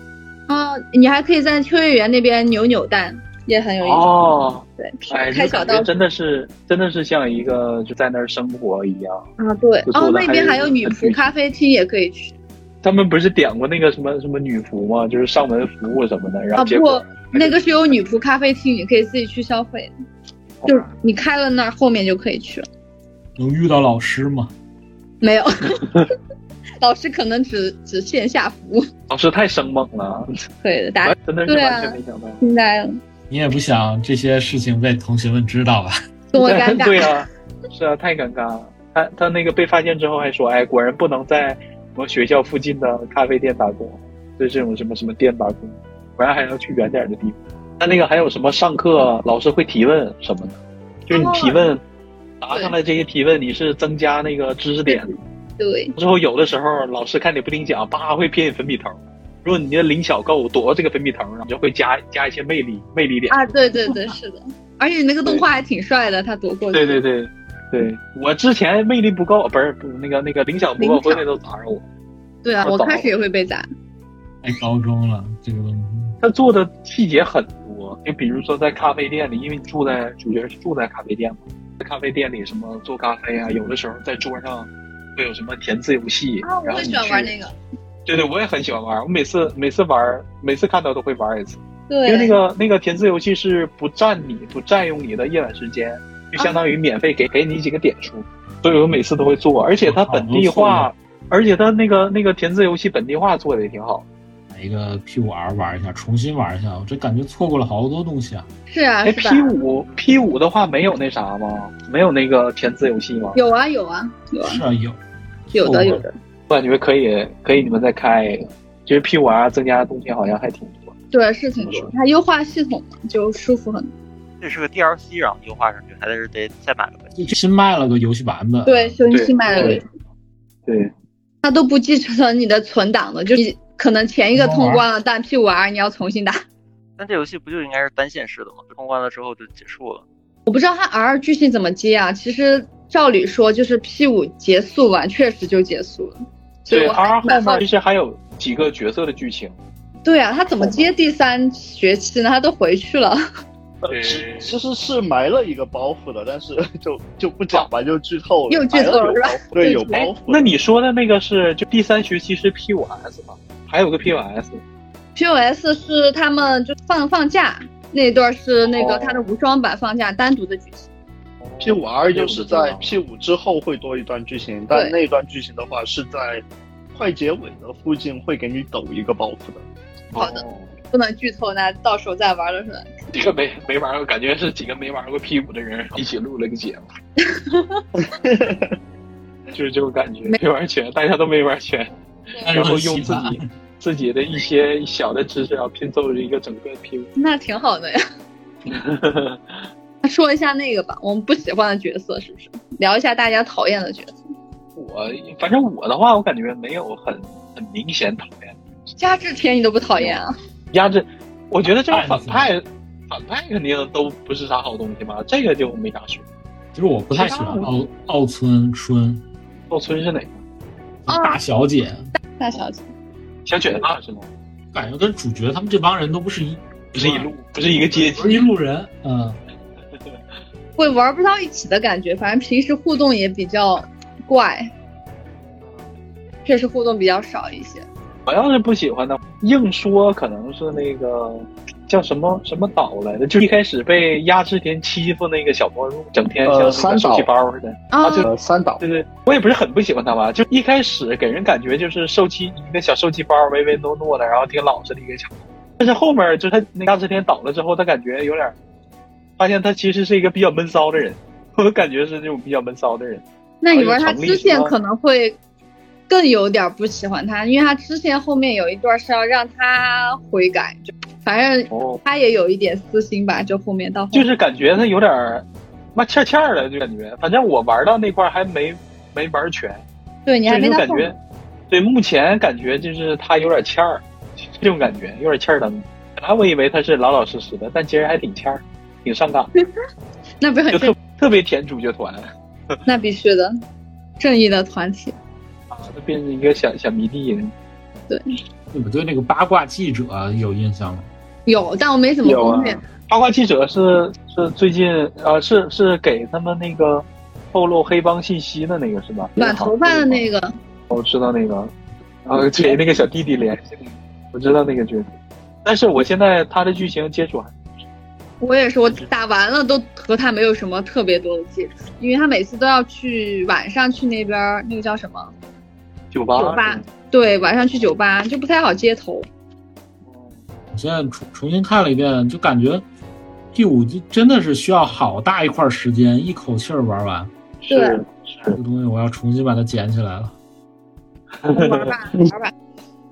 Speaker 6: 啊，你还可以在秋叶原那边扭扭蛋，也很有意思。
Speaker 7: 哦，
Speaker 6: 对，
Speaker 7: 哎，
Speaker 6: 开
Speaker 7: 就
Speaker 6: 小
Speaker 7: 感
Speaker 6: 道
Speaker 7: 觉真的是真的是像一个就在那儿生活一样。
Speaker 6: 啊，对
Speaker 7: 就，做
Speaker 6: 哦，
Speaker 7: 得
Speaker 6: 那边
Speaker 7: 还
Speaker 6: 还有女
Speaker 7: 很
Speaker 6: 仆
Speaker 7: 具体
Speaker 6: 咖啡厅也可以去。
Speaker 7: 他们不是点过那个什么什么女仆吗？就是上门服务什么的，然
Speaker 6: 啊
Speaker 7: 后结果、
Speaker 6: 不，那个是有女仆咖啡厅，你可以自己去消费的，
Speaker 7: 哦
Speaker 6: 就是你开了那儿，后面就可以去了。
Speaker 9: 能遇到老师吗？
Speaker 6: 没
Speaker 7: [LAUGHS]
Speaker 6: 有，老师可能只只线下服务，
Speaker 7: 老师太生猛了，
Speaker 6: 可以的，大家
Speaker 7: 真的是
Speaker 6: 对啊
Speaker 7: 完全没想到。
Speaker 6: 听呆了，
Speaker 9: 你也不想这些事情被同学们知道吧？ [LAUGHS]
Speaker 6: 多
Speaker 7: [LAUGHS]
Speaker 6: 尴尬。
Speaker 7: 对啊，是啊，太尴尬了。他他那个被发现之后还说，哎，果然不能在我们学校附近的咖啡店打工，就这种什么什么店打工，果然还要去远点儿的地方。他那个还有什么上课老师会提问什么的，就是你提
Speaker 6: 哦
Speaker 7: 问，答上来这些提问你是增加那个知识点的。
Speaker 6: 对，
Speaker 7: 之后有的时候老师看你不听讲，叭会撇你粉笔头。如果你的灵巧够，躲到这个粉笔头上，你就会加加一些魅力魅力点。
Speaker 6: 啊，对对对，是的，而且那个动画还挺帅的，他躲过去。
Speaker 7: 对对对，对我之前魅力不够，不是不那个那个灵巧不够，
Speaker 6: 灵巧
Speaker 7: 回来都砸着我。
Speaker 6: 对啊，
Speaker 7: 我
Speaker 6: 我
Speaker 7: 懂
Speaker 6: 开始也会被砸。
Speaker 9: 太高中了，这个问题。
Speaker 7: 他做的细节很多，就比如说在咖啡店里，因为你住在主角是住在咖啡店嘛，在咖啡店里什么做咖啡啊，有的时候在桌上会有什么填字游戏，
Speaker 6: 啊，我
Speaker 7: 然后
Speaker 6: 会
Speaker 7: 你
Speaker 6: 喜欢玩
Speaker 7: 去
Speaker 6: 那个。
Speaker 7: 对对，我也很喜欢玩，我每次每次玩，每次看到都会玩一次。
Speaker 6: 对，
Speaker 7: 因为那个那个填字游戏是不占你不占用你的夜晚时间，
Speaker 6: 啊
Speaker 7: 就相当于免费给给你几个点数，所以我每次都会做，而且它本地化，而且它那个那个填字游戏本地化做的也挺好。
Speaker 9: 买一个 P 五 R 玩一下，重新玩一下，我这感觉错过了好多东西啊！
Speaker 6: 是啊，
Speaker 7: 哎
Speaker 6: 是吧
Speaker 7: ，P？五 P 五的话没有那啥吗？没有那个填字游戏吗？
Speaker 6: 有啊有啊有啊，
Speaker 9: 是啊，有
Speaker 6: 有的
Speaker 9: 错过
Speaker 7: 哦
Speaker 6: 有的。
Speaker 7: 我感觉可以可以，你们再开一个，就是 P 五 R 增加的东西好像还挺多。
Speaker 6: 对，是挺多，它优化系统嘛，就舒服很多。
Speaker 10: 这是个 DLC，然后优化上去，还得是得再买个本。
Speaker 9: 新卖了个游戏版本，
Speaker 6: 对，，修
Speaker 7: 对
Speaker 6: 新卖了个
Speaker 7: 对，对，
Speaker 6: 它都不继承你的存档的，就你可能前
Speaker 7: 哦
Speaker 6: 一个通关了，但 P 五 R 你要重新打。
Speaker 10: 但这游戏不就应该是单线式的吗？通关了之后就结束了。
Speaker 6: 我不知道它 R 剧情怎么接啊？其实照理说就是 P 五结束完，确实就结束了。所以
Speaker 7: 对
Speaker 6: 我还
Speaker 7: R 后
Speaker 6: 蛮好
Speaker 7: 面其实还有几个角色的剧情。
Speaker 6: 对啊，他怎么接第三学期呢？他都回去了。
Speaker 8: 呃
Speaker 7: 对
Speaker 8: 是其实是埋了一个包袱的，但是 [LAUGHS] 就就不讲吧，就剧透了，
Speaker 6: 又剧透了
Speaker 8: 埋有
Speaker 6: 是吧
Speaker 8: 包袱对，
Speaker 6: 又
Speaker 8: 有
Speaker 6: 剧
Speaker 8: 包
Speaker 7: 哎
Speaker 8: 袱，。
Speaker 7: 那你说的那个是就第三学期是 P 五 S 吗？还有个 P 五 S，
Speaker 6: POS 是他们就放放假那段是那个
Speaker 7: 哦
Speaker 6: 他的无双版放假单独的剧情。
Speaker 8: P 五 R 就是在
Speaker 7: 哦
Speaker 8: P 五之后会多一段剧情，
Speaker 6: 对
Speaker 8: 但那段剧情的话是在快结尾的附近会给你抖一个包袱的。
Speaker 6: 好的，不能剧透，那到时候再玩的时候。
Speaker 7: 几哦个没没玩过，感觉是几个没玩过 P 五的人一起录了个节目，就是这种感觉，没玩全，大家都没玩全，
Speaker 9: 但是
Speaker 7: 然后
Speaker 9: 很
Speaker 7: 用
Speaker 9: 稀
Speaker 7: 自
Speaker 9: 罕。
Speaker 7: 己自己的一些小的知识，然后拼凑着一个整个 P 五。
Speaker 6: 那挺好的呀。 [LAUGHS] 说一下那个吧，我们不喜欢的角色是不是？聊一下大家讨厌的角色。
Speaker 7: 我反正我的话，我感觉没有很很明显讨厌。
Speaker 6: 压制天你都不讨厌啊？
Speaker 7: 压制，我觉得这个反派，反派肯定都不是啥好东西嘛，这个就没啥说。
Speaker 9: 其实我不太喜欢奥奥村春，
Speaker 7: 奥村是哪个？
Speaker 9: 大小姐，
Speaker 6: 大小姐，
Speaker 7: 小卷发是吗？
Speaker 9: 感觉跟主角他们这帮人都不是一
Speaker 7: 不是一路，不是一个阶级，
Speaker 9: 不是一路人，嗯，
Speaker 6: 会玩不到一起的感觉，反正平时互动也比较怪，确实互动比较少一些。
Speaker 7: 我要是不喜欢的，硬说可能是那个叫什么什么岛来的，就一开始被压制田欺负那个小朋友，整天像是个
Speaker 8: 三岛
Speaker 7: 手气包似的。
Speaker 6: 啊，
Speaker 8: 呃，三岛
Speaker 7: 对对，我也不是很不喜欢他吧，就一开始给人感觉就是受气一个小受气包，唯唯诺诺的，然后挺老实的一个小孩。但是后面就他那个大之天倒了之后，他感觉有点，发现他其实是一个比较闷骚的人，我感觉是那种比较闷骚的人。
Speaker 6: 那你玩他支线可能会更有点不喜欢他，因为他支线后面有一段是要让他悔改，就反正
Speaker 7: 哦，
Speaker 6: 他也有一点私心吧，就后面到后面
Speaker 7: 就是感觉他有点儿，妈欠欠儿的，就感觉。反正我玩到那块儿还没没玩全，
Speaker 6: 对你还没
Speaker 7: 就
Speaker 6: 到
Speaker 7: 感
Speaker 6: 后面
Speaker 7: 觉，对，目前感觉就是他有点欠儿，这种感觉有点欠儿灯。本来我以为他是老老实实的，但其实还挺欠儿，挺上当，
Speaker 6: 那不是
Speaker 7: 就
Speaker 6: 很
Speaker 7: 特
Speaker 6: 正，
Speaker 7: 特别舔主角团
Speaker 6: 那必须的，正义的团体。
Speaker 7: 啊，就变成一个小小迷弟。
Speaker 9: 你们对那个八卦记者有印象吗？
Speaker 6: 有，但我没怎么
Speaker 7: 有啊
Speaker 6: 攻略。
Speaker 7: 八卦记者是是最近啊，是是给他们那个透露黑帮信息的那个是吧？
Speaker 6: 短头发的那个，
Speaker 7: 我知道那个，呃，给那个小弟弟联系那个，我知道那个角色，但是我现在他的剧情接触还
Speaker 6: 我也是，我打完了都和他没有什么特别多的接触，因为他每次都要去晚上去那边儿那个叫什么？
Speaker 7: 酒吧
Speaker 6: 酒吧对，晚上去酒吧就不太好接
Speaker 7: [LAUGHS]
Speaker 6: 头。
Speaker 9: 我现在重重新看了一遍，就感觉第五季真的是需要好大一块时间，一口气儿玩完
Speaker 7: 是
Speaker 9: 这个东西，我要重新把它捡起来了。
Speaker 6: 玩吧，玩吧，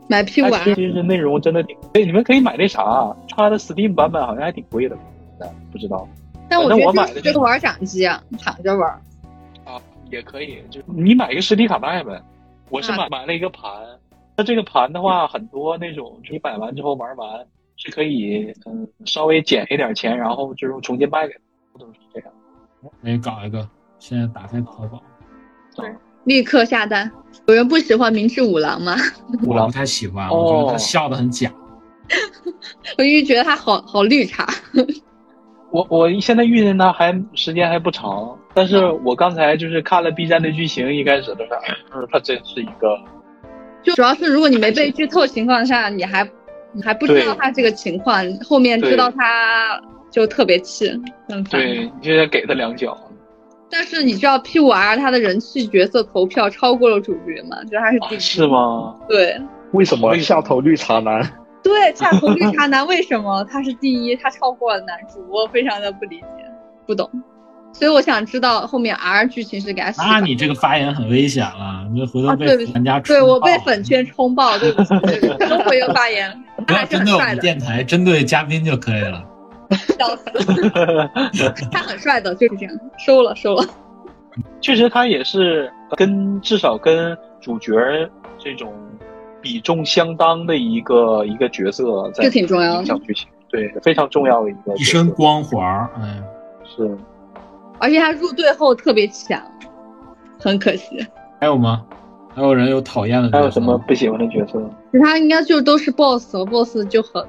Speaker 6: 买 P 五
Speaker 7: 它
Speaker 6: 玩
Speaker 7: 哎其。实内容真的挺，对，你们可以买那啥，它的 Steam 版本好像还挺贵的，不知道
Speaker 6: 但我
Speaker 7: 反正
Speaker 6: 觉
Speaker 7: 我
Speaker 6: 得
Speaker 7: 买
Speaker 6: 这
Speaker 7: 的
Speaker 6: 这
Speaker 7: 是
Speaker 6: 个玩掌机啊，躺着玩。
Speaker 7: 啊，也可以，就是你买一个实体卡带呗。我是买买了一个盘，那这个盘的话，很多那种你买完之后玩完是可以，嗯，稍微减一点钱，然后就是重新卖给他，都是这样。
Speaker 9: 我也搞一个，现在打开淘宝，
Speaker 6: 立刻下单。有人不喜欢明智五郎吗？ [LAUGHS]
Speaker 9: 我不太喜欢，
Speaker 7: 哦
Speaker 9: 我觉得他笑得很假。
Speaker 6: 我一直觉得他好好绿茶。
Speaker 7: 我我现在遇见他还时间还不长，但是我刚才就是看了 B 站的剧情，一开始的时候，就是他真是一个
Speaker 6: 就主要是如果你没被剧透情况下，你还你还不知道
Speaker 7: 对
Speaker 6: 他这个情况，后面知道他就特别气，很烦。
Speaker 7: 对，你就得给他两脚。
Speaker 6: 但是你知道 P 五 R 他的人气角色投票超过了主角嘛？就他是
Speaker 7: 啊
Speaker 6: 第一、
Speaker 7: 是吗？
Speaker 6: 对
Speaker 8: 为什么下头绿茶男？
Speaker 6: 对，恰逢绿茶男为什么他是第一？他超过了男主，我非常的不理解，不懂。所以我想知道后面 R 剧情是给他洗
Speaker 9: 那
Speaker 6: 白。
Speaker 9: 你这个发言很危险了，你这回头
Speaker 6: 啊
Speaker 9: 被
Speaker 6: 对
Speaker 9: 玩家
Speaker 6: 对我
Speaker 9: 冲爆
Speaker 6: 被粉圈冲爆，对不起，对不起我回个发言，
Speaker 9: 不
Speaker 6: 他
Speaker 9: 要
Speaker 6: 还是
Speaker 9: 针
Speaker 6: 很
Speaker 9: 对我
Speaker 6: 帅
Speaker 9: 们
Speaker 6: 的，
Speaker 9: 电台，针对嘉宾就可以了。
Speaker 6: 笑死，他很帅的，就是这样，收了收了。
Speaker 7: 确实，他也是跟至少跟主角这种比重相当的一个一个角色在
Speaker 6: 这挺重要的
Speaker 7: 影响剧情，对，非常重要的一个角色
Speaker 9: 一身光环儿，哎呀，
Speaker 7: 是
Speaker 6: 而且他入队后特别强，很可惜。
Speaker 9: 还有吗？还有人有讨厌的？
Speaker 7: 还有什么？不喜欢的角色？
Speaker 6: 其他应该就都是 boss 和 boss 就很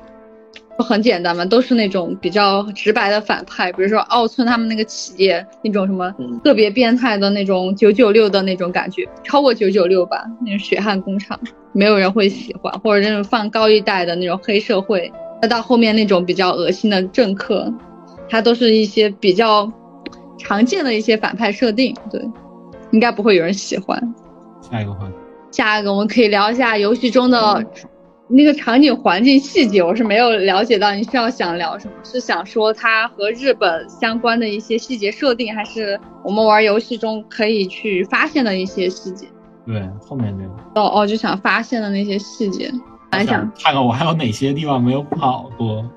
Speaker 6: 就很简单嘛，都是那种比较直白的反派，比如说奥村他们那个企业那种什么
Speaker 7: 嗯
Speaker 6: 特别变态的那种九九六的那种感觉，超过九九六吧，那种血汗工厂，没有人会喜欢，或者那种放高利贷的那种黑社会，再到后面那种比较恶心的政客，他都是一些比较常见的一些反派设定，对，应该不会有人喜欢。
Speaker 9: 下一个话题。
Speaker 6: 下一个我们可以聊一下游戏中的那个场景环境细节，我是没有了解到你是要想聊什么，是想说它和日本相关的一些细节设定，还是我们玩游戏中可以去发现的一些细节？
Speaker 9: 对，后面这个。
Speaker 6: 哦哦，就想发现的那些细节，蛮想
Speaker 9: 看看我还有哪些地方没有跑过，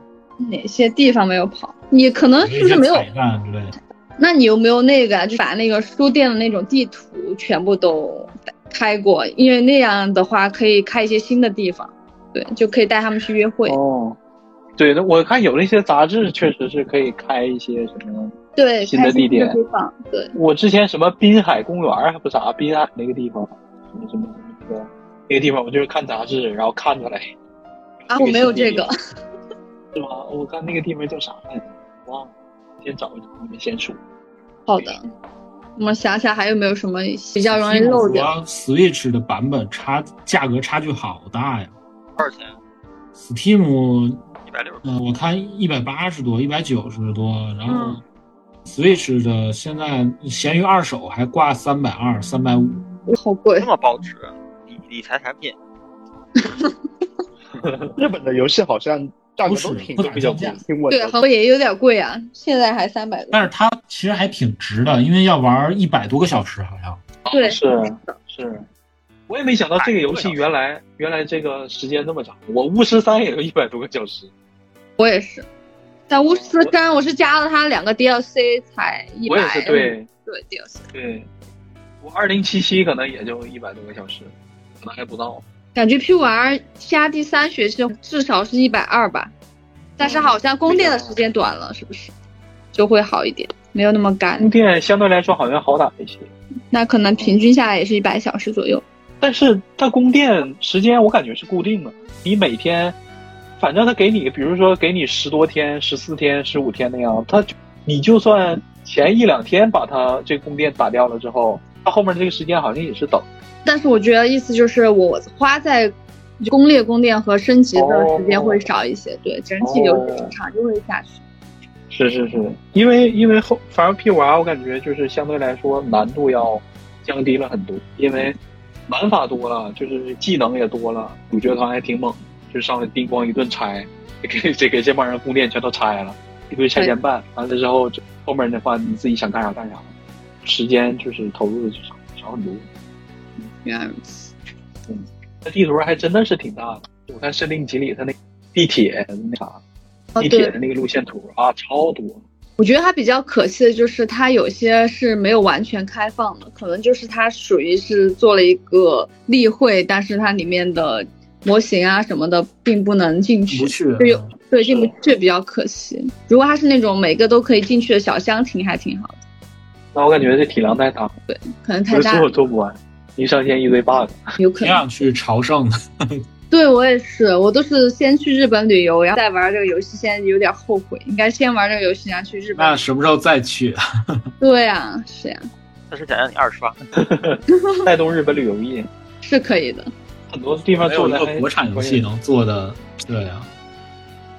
Speaker 6: 哪些地方没有跑？你可能是不是没有
Speaker 9: 哪些彩蛋之类的。
Speaker 6: 那你有没有那个啊，就把那个书店的那种地图全部都开过？因为那样的话可以开一些新的地方，对，就可以带他们去约会。
Speaker 7: 哦，对，那我看有那些杂志确实是可以开一些什么。
Speaker 6: 对，
Speaker 7: 新的
Speaker 6: 开一些
Speaker 7: 地点
Speaker 6: 地方，对，
Speaker 7: 我之前什么滨海公园儿还不咋，滨海那个地方，什么什么那个那个地方，我就是看杂志，然后看出来。
Speaker 6: 啊，我没有这个。
Speaker 7: 是吗？啊我看那个地方叫啥来着，忘了，先找一找，你们先说。
Speaker 6: 好的，我们想想还有没有什么比较容易漏掉？
Speaker 9: 和啊 Switch 的版本差价格差距好大呀
Speaker 10: 多少钱？
Speaker 9: ，Steam
Speaker 10: 一百六十。
Speaker 9: 嗯，我看一百八十多，一百九十多，然后
Speaker 3: 嗯
Speaker 9: Switch 的现在闲鱼二手还挂三百二、三百五，
Speaker 6: 好贵
Speaker 7: [LAUGHS]
Speaker 10: 这，么保值，啊理理财产品，
Speaker 8: 日本的游戏好像价格都挺
Speaker 9: 不是不打
Speaker 8: 比较
Speaker 9: 降价
Speaker 8: 挺稳
Speaker 6: 对，
Speaker 8: 的。
Speaker 6: 河北也有点贵啊，现在还三百多
Speaker 9: 但。是它其实还挺值的，因为要玩一百多个小时，好像。
Speaker 6: 对，
Speaker 7: 是是，我也没想到这个游戏原来原来这个时间那么长，我巫师三也有一百多个小时，
Speaker 6: 我也是。但巫师三我是加了它两个 DLC 才一百，
Speaker 7: 我也是对
Speaker 6: 对 DLC，
Speaker 7: 对，我二零七七可能也就一百多个小时，可能还不到。
Speaker 6: 感觉 P 玩加第三学期至少是一百二吧，但是好像宫殿的时间短了，是不是？就会好一点，没有那么干
Speaker 7: 宫。殿相对来说好像好打一些，
Speaker 6: 那可能平均下来也是一百小时左右。
Speaker 7: 但是它宫殿时间我感觉是固定的，你每天，反正它给你，比如说给你十多天、十四天、十五天那样，它就你就算前一两天把它这宫殿打掉了之后，它后面这个时间好像也是等。
Speaker 6: 但是我觉得意思就是我花在攻略宫殿和升级的时间会少一些，对，整体流
Speaker 7: 哦
Speaker 6: 程长就会下去。
Speaker 7: 是是是，因为因为后反正 P 五 R 我感觉就是相对来说难度要降低了很多，因为玩法多了，就是技能也多了，主角团还挺猛，就上来叮咣一顿拆，给 [LAUGHS] 这给这帮人宫殿全都拆了，一堆拆迁办，完了之后这后面的话你自己想干啥干啥，时间就是投入的就少少很多。
Speaker 6: 原来如此，
Speaker 7: 那地图还真的是挺大的，我看《森林集》里它那地铁那啥，
Speaker 6: 哦
Speaker 7: 地铁
Speaker 6: 对
Speaker 7: 的，那个路线图啊，超多。
Speaker 6: 我觉得它比较可惜的就是它有些是没有完全开放的，可能就是它属于是做了一个例会，但是它里面的模型啊什么的并不能进去，
Speaker 9: 不去
Speaker 6: 就有对进不去比较可惜。如果它是那种每个都可以进去的小箱庭，还挺好的，
Speaker 7: 那我感觉这体量太大了。
Speaker 6: 可能太
Speaker 7: 不是
Speaker 6: 大
Speaker 7: 做做不完，一上线一堆 bug。
Speaker 6: 有可
Speaker 9: 挺
Speaker 6: 能。
Speaker 9: 想去朝 [LAUGHS] 圣的。
Speaker 6: 对我也是，我都是先去日本旅游，然后再玩这个游戏。现在有点后悔，应该先玩这个游戏，然后去日
Speaker 9: 那
Speaker 6: 本。
Speaker 9: 什么时候再去？
Speaker 6: 对啊，是呀、
Speaker 10: 但是想让你二刷，
Speaker 7: 带动日本旅游业，
Speaker 6: 是可以的。
Speaker 7: 很多地方
Speaker 9: 没
Speaker 7: 做
Speaker 9: 有一
Speaker 7: 的
Speaker 9: 个国产游戏能做的对啊，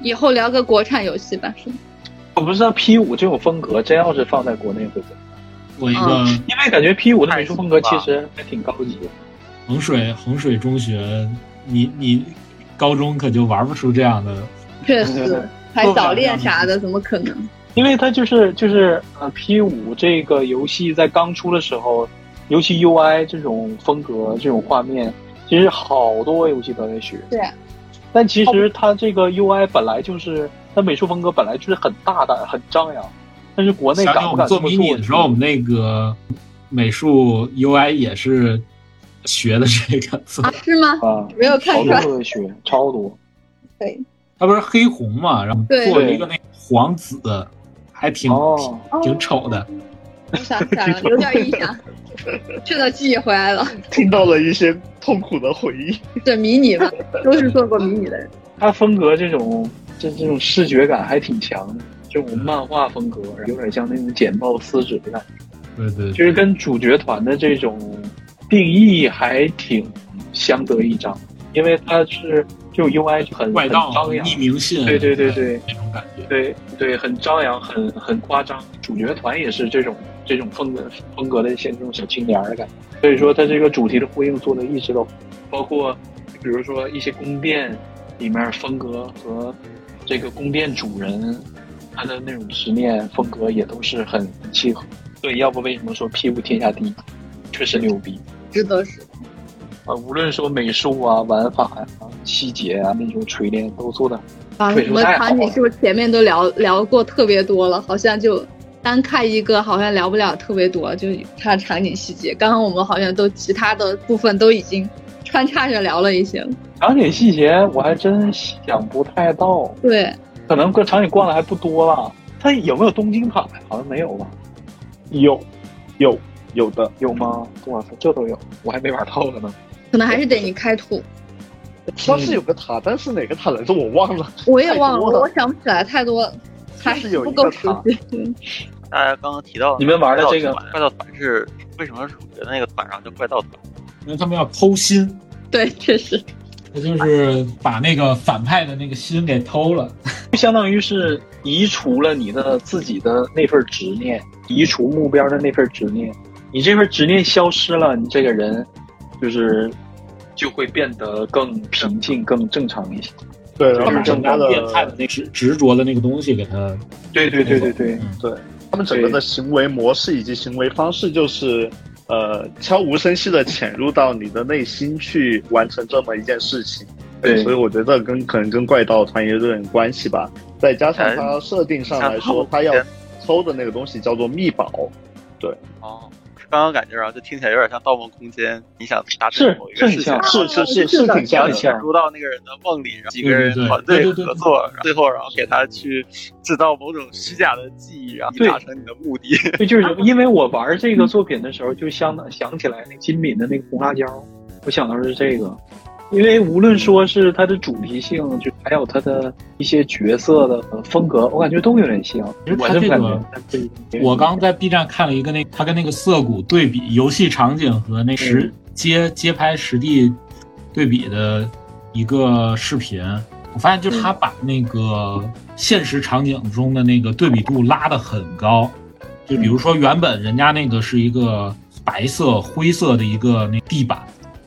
Speaker 6: 以后聊个国产游戏吧，是吗
Speaker 7: 我不知道 P 五这种风格，真要是放在国内会怎么样？
Speaker 9: 做一个
Speaker 6: 嗯
Speaker 7: 因为感觉 P 五的美术风格其实还挺高级的。
Speaker 9: 衡水衡水中学，你你高中可就玩不出这样的。
Speaker 6: 确实，还早恋啥的，怎么可能？
Speaker 7: 因为它就是就是呃 P 五这个游戏在刚出的时候，尤其 UI 这种风格、这种画面，其实好多游戏都在学。
Speaker 6: 对。啊
Speaker 7: 但其实它这个 UI 本来就是，它美术风格本来就是很大胆、很张扬，但是国内
Speaker 9: 想
Speaker 7: 敢
Speaker 9: 想我
Speaker 7: 不
Speaker 9: 们
Speaker 7: 敢
Speaker 9: 做
Speaker 7: 这么
Speaker 9: mini 的时候，我们那个美术 UI 也是学的这个做
Speaker 6: 啊，是吗？
Speaker 7: 啊，
Speaker 6: 没有看
Speaker 7: 好
Speaker 6: 出
Speaker 7: 多
Speaker 6: 来。
Speaker 7: 都在学，超多。
Speaker 9: 它不是黑红嘛，然后
Speaker 6: 对
Speaker 9: 做了一个那个黄紫，还挺、
Speaker 7: 哦，
Speaker 6: 哦
Speaker 9: 挺丑的。
Speaker 6: 我想起来了，有点印象。 [LAUGHS] 这段记忆回来了，
Speaker 8: 听到了一些痛苦的回忆。
Speaker 6: 这迷你吧，都是做过迷你的人。
Speaker 7: 它风格这种这这种视觉感还挺强的，这种漫画风格有点像那种简报撕纸的感觉，
Speaker 9: 对对，
Speaker 7: 就是跟主角团的这种定义还挺相得益彰，因为它是就 UI 就很
Speaker 9: 外
Speaker 7: 很
Speaker 9: 道、
Speaker 7: 张扬，
Speaker 9: 匿名信，
Speaker 7: 对对对对
Speaker 9: 那种感觉。
Speaker 7: 对对，很张扬，很很夸张。主角团也是这种这种风格风格的像这种小青年儿的感觉。所以说，它这个主题的呼应做的一直都，包括比如说一些宫殿里面风格和这个宫殿主人他的那种执念风格也都是很很契合。对，要不为什么说 P 五天下第一？确实牛逼
Speaker 6: 值得是
Speaker 7: 啊！无论说美术啊、玩法呀、细节啊那种锤炼都做的
Speaker 6: 啊，
Speaker 7: 对
Speaker 6: 什么
Speaker 7: 太好
Speaker 6: 场景
Speaker 7: 了
Speaker 6: 是不是前面都聊聊过特别多了？好像就单看一个好像聊不了特别多，就是它的场景细节。刚刚我们好像都其他的部分都已经穿插着聊了一些了。
Speaker 7: 场景细节我还真想不太到，
Speaker 6: 对，
Speaker 7: 可能个场景逛的还不多吧。它有没有东京塔呀？好像没有吧？
Speaker 8: 有，有有的，
Speaker 7: 有吗？哇塞，这都有，我还没玩透了呢。
Speaker 6: 可能还是得你开图。
Speaker 8: 上次有个塔，但是哪个塔来着我忘了。
Speaker 6: 我也忘了，
Speaker 8: 太多了
Speaker 6: 我想不起来太多了，还
Speaker 8: 就是有
Speaker 6: 不
Speaker 8: 一个
Speaker 6: 够熟
Speaker 8: 塔
Speaker 6: 悉。
Speaker 10: 大家刚刚提到
Speaker 7: 你们玩的这个
Speaker 10: 怪盗团是为什么主角的那个团上叫怪盗团？
Speaker 9: 因为他们要偷心，
Speaker 6: 对，确实，
Speaker 9: 他就是把那个反派的那个心给偷了。
Speaker 7: 就相当于是移除了你的自己的那份执念，移除目标的那份执念。你这份执念消失了，你这个人就是就会变得更平静、更正常一些。
Speaker 8: 对，
Speaker 9: 就
Speaker 8: 然后
Speaker 9: 是
Speaker 8: 整
Speaker 9: 整
Speaker 8: 个
Speaker 9: 个变态
Speaker 8: 的，
Speaker 9: 的那执执着的那个东西给他，
Speaker 7: 对对对对对，
Speaker 8: 对他们整个的行为模式以及行为方式就是。呃，悄无声息的潜入到你的内心去完成这么一件事情，
Speaker 7: 对
Speaker 8: 所以我觉得跟可能跟怪盗团也有点关系吧。再加上
Speaker 10: 哎
Speaker 8: 它设定上来说，它要抽的那个东西叫做密宝，
Speaker 10: 哦，是刚刚感觉啊，就听起来有点像《盗梦空间》，你想达成
Speaker 7: 是
Speaker 10: 某一个事
Speaker 7: 是
Speaker 10: 情
Speaker 7: 很，像
Speaker 8: 是是是是挺像
Speaker 7: 像
Speaker 8: 的，
Speaker 10: 潜入到那个人的梦里，让几个人
Speaker 9: 对对对
Speaker 10: 团队合作，然后最后然后给他去制造某种虚假的记忆，然后
Speaker 7: 对
Speaker 10: 达成你的目的。 [LAUGHS]
Speaker 7: [LAUGHS] 对，就是有因为我玩这个作品的时候，就相当想起来那金敏的那个红辣椒，我想到是这个，因为无论说是它的主题性，就还有它的一些角色的风格，我感觉都有点像。
Speaker 9: 其实
Speaker 7: 我
Speaker 9: 它
Speaker 7: 就
Speaker 9: 这
Speaker 7: 感
Speaker 9: 个
Speaker 7: 觉，对
Speaker 9: 我刚在 B 站看了一个那他跟那个涩谷对比游戏场景和那实街街拍实地对比的一个视频，我发现就是他把那个现实场景中的那个对比度拉得很高，就比如说原本人家那个是一个白色灰色的一个那地板，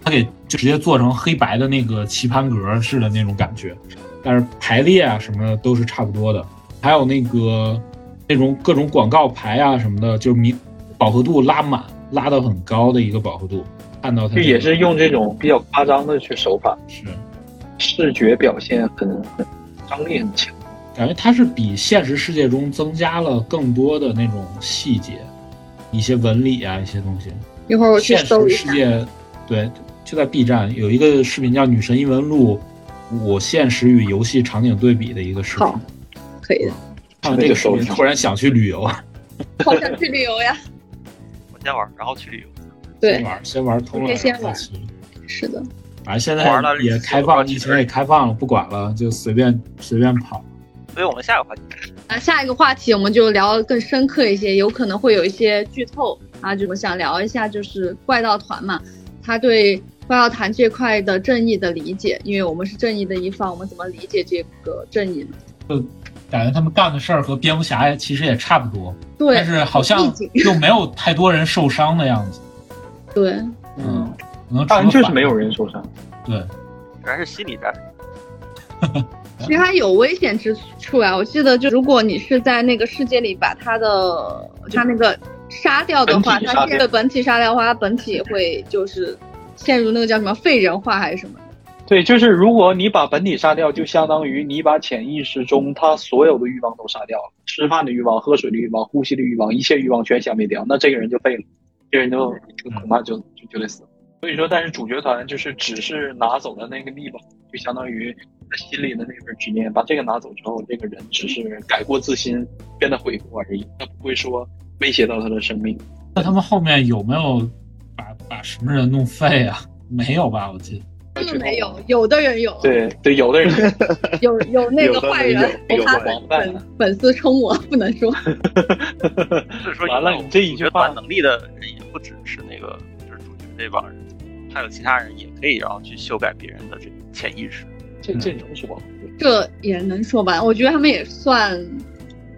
Speaker 9: 他给就直接做成黑白的那个棋盘格似的那种感觉，但是排列啊什么的都是差不多的，还有那个那种各种广告牌啊什么的，就是明饱和度拉满拉到很高的一个饱和度，看到它
Speaker 7: 就也是用这种比较夸张的去手法，
Speaker 9: 是
Speaker 7: 视觉表现很很张力很强。
Speaker 9: 感觉它是比现实世界中增加了更多的那种细节，一些纹理啊一些东西。
Speaker 6: 一会儿我去
Speaker 9: 现
Speaker 6: 搜
Speaker 9: 实
Speaker 6: 一
Speaker 9: 世
Speaker 6: 下。
Speaker 9: 界，对，就在 B 站有一个视频叫《女神异闻录》，我现实与游戏场景对比的一个视频
Speaker 6: 好。可以的，
Speaker 9: 看了这个视频，突然想去旅游，
Speaker 6: 好想去旅游呀。
Speaker 10: 我先玩，然后去旅游。
Speaker 9: 先
Speaker 6: 对，
Speaker 9: 玩先玩通了，
Speaker 6: 先先玩
Speaker 9: 再去
Speaker 6: 是的，
Speaker 9: 反正现
Speaker 10: 玩
Speaker 9: 在
Speaker 10: 了
Speaker 9: 也开
Speaker 10: 玩
Speaker 9: 放，
Speaker 10: 了
Speaker 9: 疫情也开放了，不管了，就随便随便跑。
Speaker 10: 所以我们下一个话题，
Speaker 6: 那呃下一个话题我们就聊得更深刻一些，有可能会有一些剧透啊，就我想聊一下就是怪盗团嘛，他对怪盗团这块的正义的理解，因为我们是正义的一方，我们怎么理解这个正义呢？
Speaker 9: 感觉他们干的事儿和蝙蝠侠其实也差不多，
Speaker 6: 对，
Speaker 9: 但是好
Speaker 6: 意
Speaker 9: 像 [LAUGHS]
Speaker 6: 境
Speaker 9: 又没有太多人受伤的样子。
Speaker 6: 对，
Speaker 9: 嗯，可能
Speaker 7: 当然
Speaker 9: 除
Speaker 7: 确
Speaker 9: 了
Speaker 7: 实
Speaker 9: 反
Speaker 7: 没有人受伤，
Speaker 9: 对，
Speaker 10: 然是心理战。
Speaker 6: 其实它有危险之处啊。我记得，就如果你是在那个世界里把它的它那个杀掉的话，
Speaker 7: 本体
Speaker 6: 它
Speaker 7: 杀掉
Speaker 6: 这个本体杀掉的话，它本体会就是陷入那个叫什么废人化还是什么？
Speaker 7: 对，就是如果你把本体杀掉，就相当于你把潜意识中他所有的欲望都杀掉了，吃饭的欲望、喝水的欲望、呼吸的欲望，一切欲望全消灭掉，那这个人就废了，这个人就就恐怕就就就得死。所以说，但是主角团就是只是拿走了那个力吧，就相当于他心里的那份执念，把这个拿走之后，这个人只是改过自新，变得悔过而已，他不会说威胁到他的生命。
Speaker 9: 那他们后面有没有把把什么人弄废啊？没有吧？我记得
Speaker 6: 真的没有，有的人有，
Speaker 7: 对对，有的 [LAUGHS] 人
Speaker 6: 有有那个
Speaker 8: 有的人
Speaker 6: 坏人，
Speaker 8: 有有
Speaker 6: 我怕
Speaker 8: 的人
Speaker 7: 有
Speaker 6: 粉粉丝冲我，不能说。
Speaker 10: 是说
Speaker 7: 完了你这一句话
Speaker 10: 有能力的人也不只是那个，就是主角这帮人，还有其他人也可以然后去修改别人的这个潜意识。
Speaker 7: 这这种说法，
Speaker 6: 这也能说吧？我觉得他们也算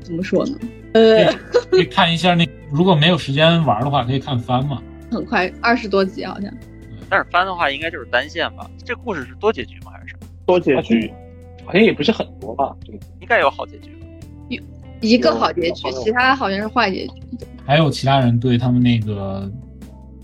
Speaker 6: 怎么说呢？呃
Speaker 9: 可以看一下那，如果没有时间玩的话，可以看番嘛。
Speaker 6: 很快二十多集好像。
Speaker 10: 但是番的话，应该就是单线吧？这故事是多结局吗？还是什么
Speaker 8: 多结局。
Speaker 7: 好像也不是很多吧？对。
Speaker 10: 应该有好结局吧？
Speaker 6: 一个好结局
Speaker 7: 有，
Speaker 6: 其他好像是坏结局。
Speaker 9: 还有其他人对他们那个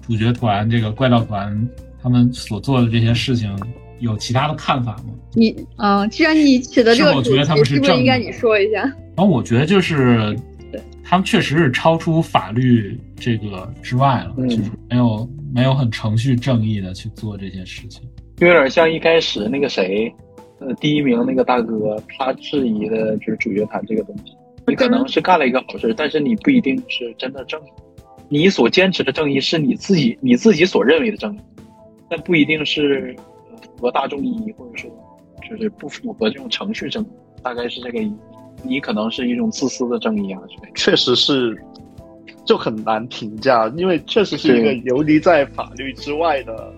Speaker 9: 主角团这个怪盗团他们所做的这些事情有其他的看法吗？
Speaker 6: 你嗯、呃既然你起的
Speaker 9: 是
Speaker 6: 这个
Speaker 9: 我
Speaker 6: 主
Speaker 9: 觉得他们
Speaker 6: 题，
Speaker 9: 是
Speaker 6: 是不
Speaker 9: 正
Speaker 6: 是应该
Speaker 9: 义
Speaker 6: 你说一下？
Speaker 9: 然后我觉得就是
Speaker 6: 对，
Speaker 9: 他们确实是超出法律这个之外了，
Speaker 7: 嗯
Speaker 9: 就是没有没有很程序正义的去做这些事情。
Speaker 7: 就有点像一开始那个谁，呃，第一名那个大哥，他质疑的就是主角团这个东西。你可能是干了一个好事，但是你不一定是真的正义。你所坚持的正义是你自己你自己所认为的正义，但不一定是呃符合大众意义，或者说就是不符合这种程序正义，大概是这个意义。你可能是一种自私的正义啊之类的。
Speaker 8: 确实是就很难评价，因为确实是一个
Speaker 7: 对
Speaker 8: 游离在法律之外的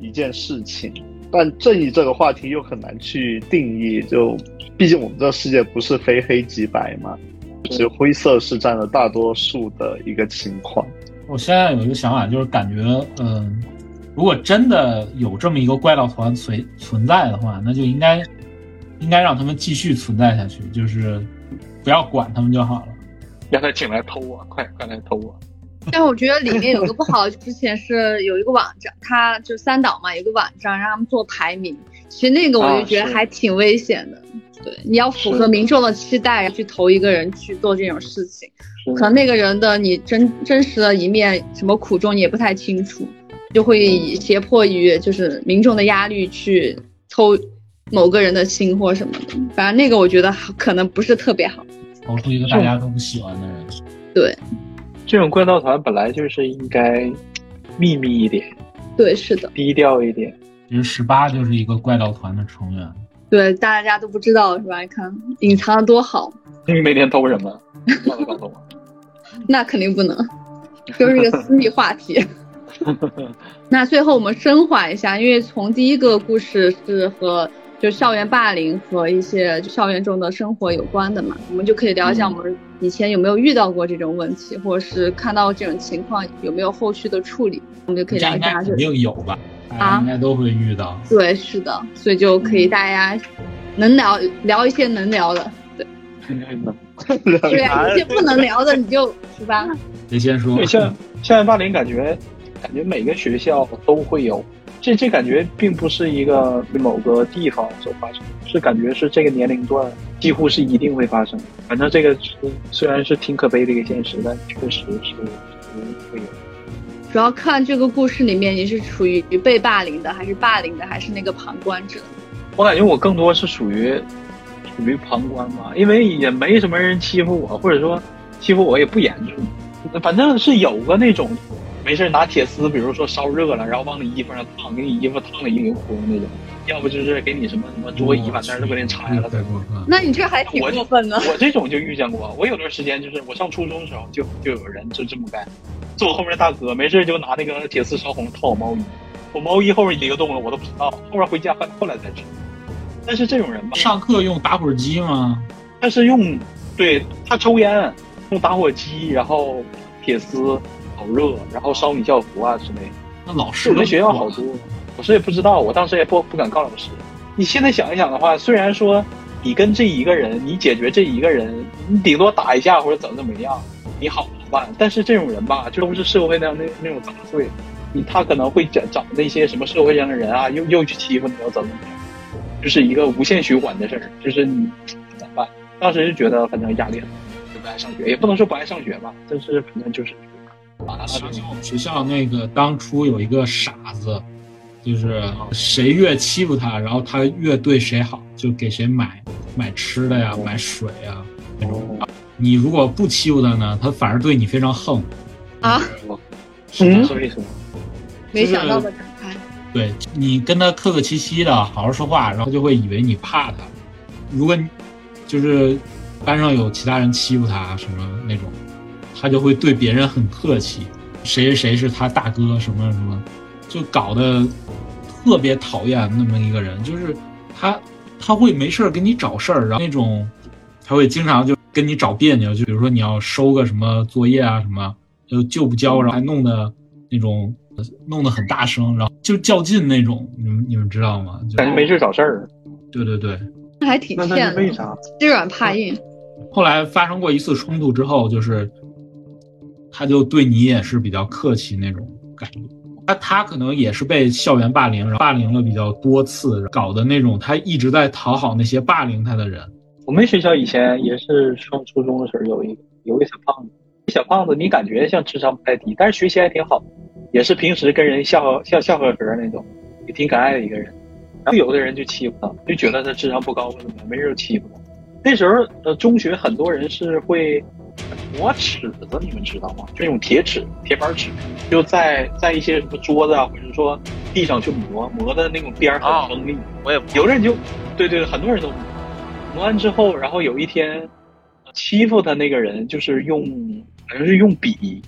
Speaker 8: 一件事情。但正义这个话题又很难去定义，就毕竟我们这世界不是非黑即白嘛，就是灰色是占了大多数的一个情况。
Speaker 9: 我现在有一个想法，就是感觉，嗯，如果真的有这么一个怪盗团存存在的话，那就应该应该让他们继续存在下去，就是不要管他们就好了。
Speaker 7: 让他请来偷我，快快来偷我！
Speaker 6: 但我觉得里面有个不好，之前是有一个网站，它就三岛嘛，有个网站让他们做排名，其实那个我就觉得
Speaker 7: 啊是
Speaker 6: 还挺危险的。对，你要符合
Speaker 7: 是
Speaker 6: 民众的期待去投一个人去做这种事情，
Speaker 7: 是
Speaker 6: 可能那个人的你真真实的一面，什么苦衷你也不太清楚，就会胁迫于就是民众的压力去抽某个人的心或什么的。反正那个我觉得可能不是特别好。
Speaker 9: 投出一个大家都不喜欢的人，
Speaker 7: 这种怪盗团本来就是应该秘密一点、 [LAUGHS]
Speaker 6: 对，是的，
Speaker 7: 低调一点。
Speaker 9: 其实十八就是一个怪盗团的成员。
Speaker 6: 对，大家都不知道是吧？你看隐藏的多好。
Speaker 7: 你每天偷人 [LAUGHS] 吗？告诉告诉我。
Speaker 6: 那肯定不能，就是一个私密话 [LAUGHS] 题。那最后我们升华一下，因为从第一个故事是和就校园霸凌和一些校园中的生活有关的嘛，我们就可以聊一下我们以前有没有遇到过这种问题，或者是看到这种情况有没有后续的处理，我们就可以
Speaker 9: 这
Speaker 6: 聊
Speaker 9: 应
Speaker 6: 一
Speaker 9: 该
Speaker 6: 下
Speaker 9: 肯
Speaker 6: 这。
Speaker 9: 定有吧？大家哎应该都会遇到。
Speaker 6: 对，是的，所以就可以大家能聊聊一些能聊 [LAUGHS] 的，对啊，有些不能聊的你就是吧，
Speaker 9: 谁先说
Speaker 7: 对，？像校园霸凌，感觉感觉每个学校都会有，这这感觉并不是一个某个地方所发生，是感觉是这个年龄段几乎是一定会发生。反正这个是虽然是挺可悲的一个现实，但确实是会有。
Speaker 6: 主要看这个故事里面你是处于被霸凌的，还是霸凌的，还是那个旁观者。
Speaker 7: 我感觉我更多是属于属于旁观吧，因为也没什么人欺负我，或者说欺负我也不严重，反正是有个那种没事拿铁丝，比如说烧热了，然后往你衣服上烫，给你衣服烫了一个窟窿那种，要不就是给你什么什么桌椅把那儿都给你拆了。
Speaker 9: 太过分了。
Speaker 6: 那你这还挺过分的。
Speaker 7: 我这种就遇见过，我有段时间就是我上初中的时候就就有人就这么干，坐我后面的大哥没事就拿那个铁丝烧红烫我毛衣，我毛衣后面一个洞了我都不知道，后面回家翻后来才知道。但是这种人吧，
Speaker 9: 上课用打火机吗？
Speaker 7: 他是用，对他抽烟，用打火机，然后铁丝烤热，然后烧你校服啊之类的。
Speaker 9: 那老师
Speaker 7: 我们
Speaker 9: 都
Speaker 7: 学校
Speaker 9: 管
Speaker 7: 好多，老师也不知道，我当时也不不敢告老师。你现在想一想的话，虽然说你跟这一个人，你解决这一个人，你顶多打一架或者怎么怎么样，你好办。但是这种人吧，就都是社会上那那种杂碎，你他可能会找找那些什么社会上的人啊，又又去欺负你，又怎么怎么样，就是一个无限循环的事儿，就是你怎么办？当时就觉得反正压力很大，就不爱上学，也不能说不爱上学吧，但是反正就是完了
Speaker 9: 想起我们学校那个当初有一个傻子，就是谁越欺负他，然后他越对谁好，就给谁买买吃的呀、买水呀那种。你如果不欺负他呢，他反而对你非常横。
Speaker 6: 啊
Speaker 9: 是的，
Speaker 8: 嗯
Speaker 7: 所以说。
Speaker 6: 没想到的展开，
Speaker 9: 对你跟他客客气气的，好好说话，然后他就会以为你怕他。如果你就是班上有其他人欺负他什么那种，他就会对别人很客气，谁谁谁是他大哥什么什么，就搞得特别讨厌那么一个人。就是他他会没事儿给你找事儿，然后那种他会经常就跟你找别扭，就比如说你要收个什么作业啊什么，就就不交，然后还弄得那种弄得很大声，然后就较劲那种，你们你们知道吗？就
Speaker 7: 感觉没事找事儿。
Speaker 9: 对对对，
Speaker 6: 那还挺
Speaker 7: 那那
Speaker 6: 欠
Speaker 7: 是
Speaker 6: 的
Speaker 7: 为，啥？
Speaker 6: 欺软怕硬。
Speaker 9: 后来发生过一次冲突之后，就是他就对你也是比较客气那种感觉。他他可能也是被校园霸凌，然后霸凌了比较多次，搞的那种他一直在讨好那些霸凌他的人。
Speaker 7: 我们学校以前也是上初中的时候有一个，有个小胖子，小胖子你感觉像智商不太低，但是学习还挺好，也是平时跟人笑笑笑呵呵那种，也挺可爱的一个人。然后有的人就欺负他，就觉得他智商不高或怎么样，没人就欺负他。那时候呃，中学很多人是会磨尺子，你们知道吗？就那种铁尺、铁板尺，就在在一些什么桌子啊，或者说地上去磨，磨的那种边儿
Speaker 10: 哦
Speaker 7: 很锋利。
Speaker 10: 我也
Speaker 7: 有的人就，对对，很多人都磨磨完之后，然后有一天欺负他那个人就是用，好像是用笔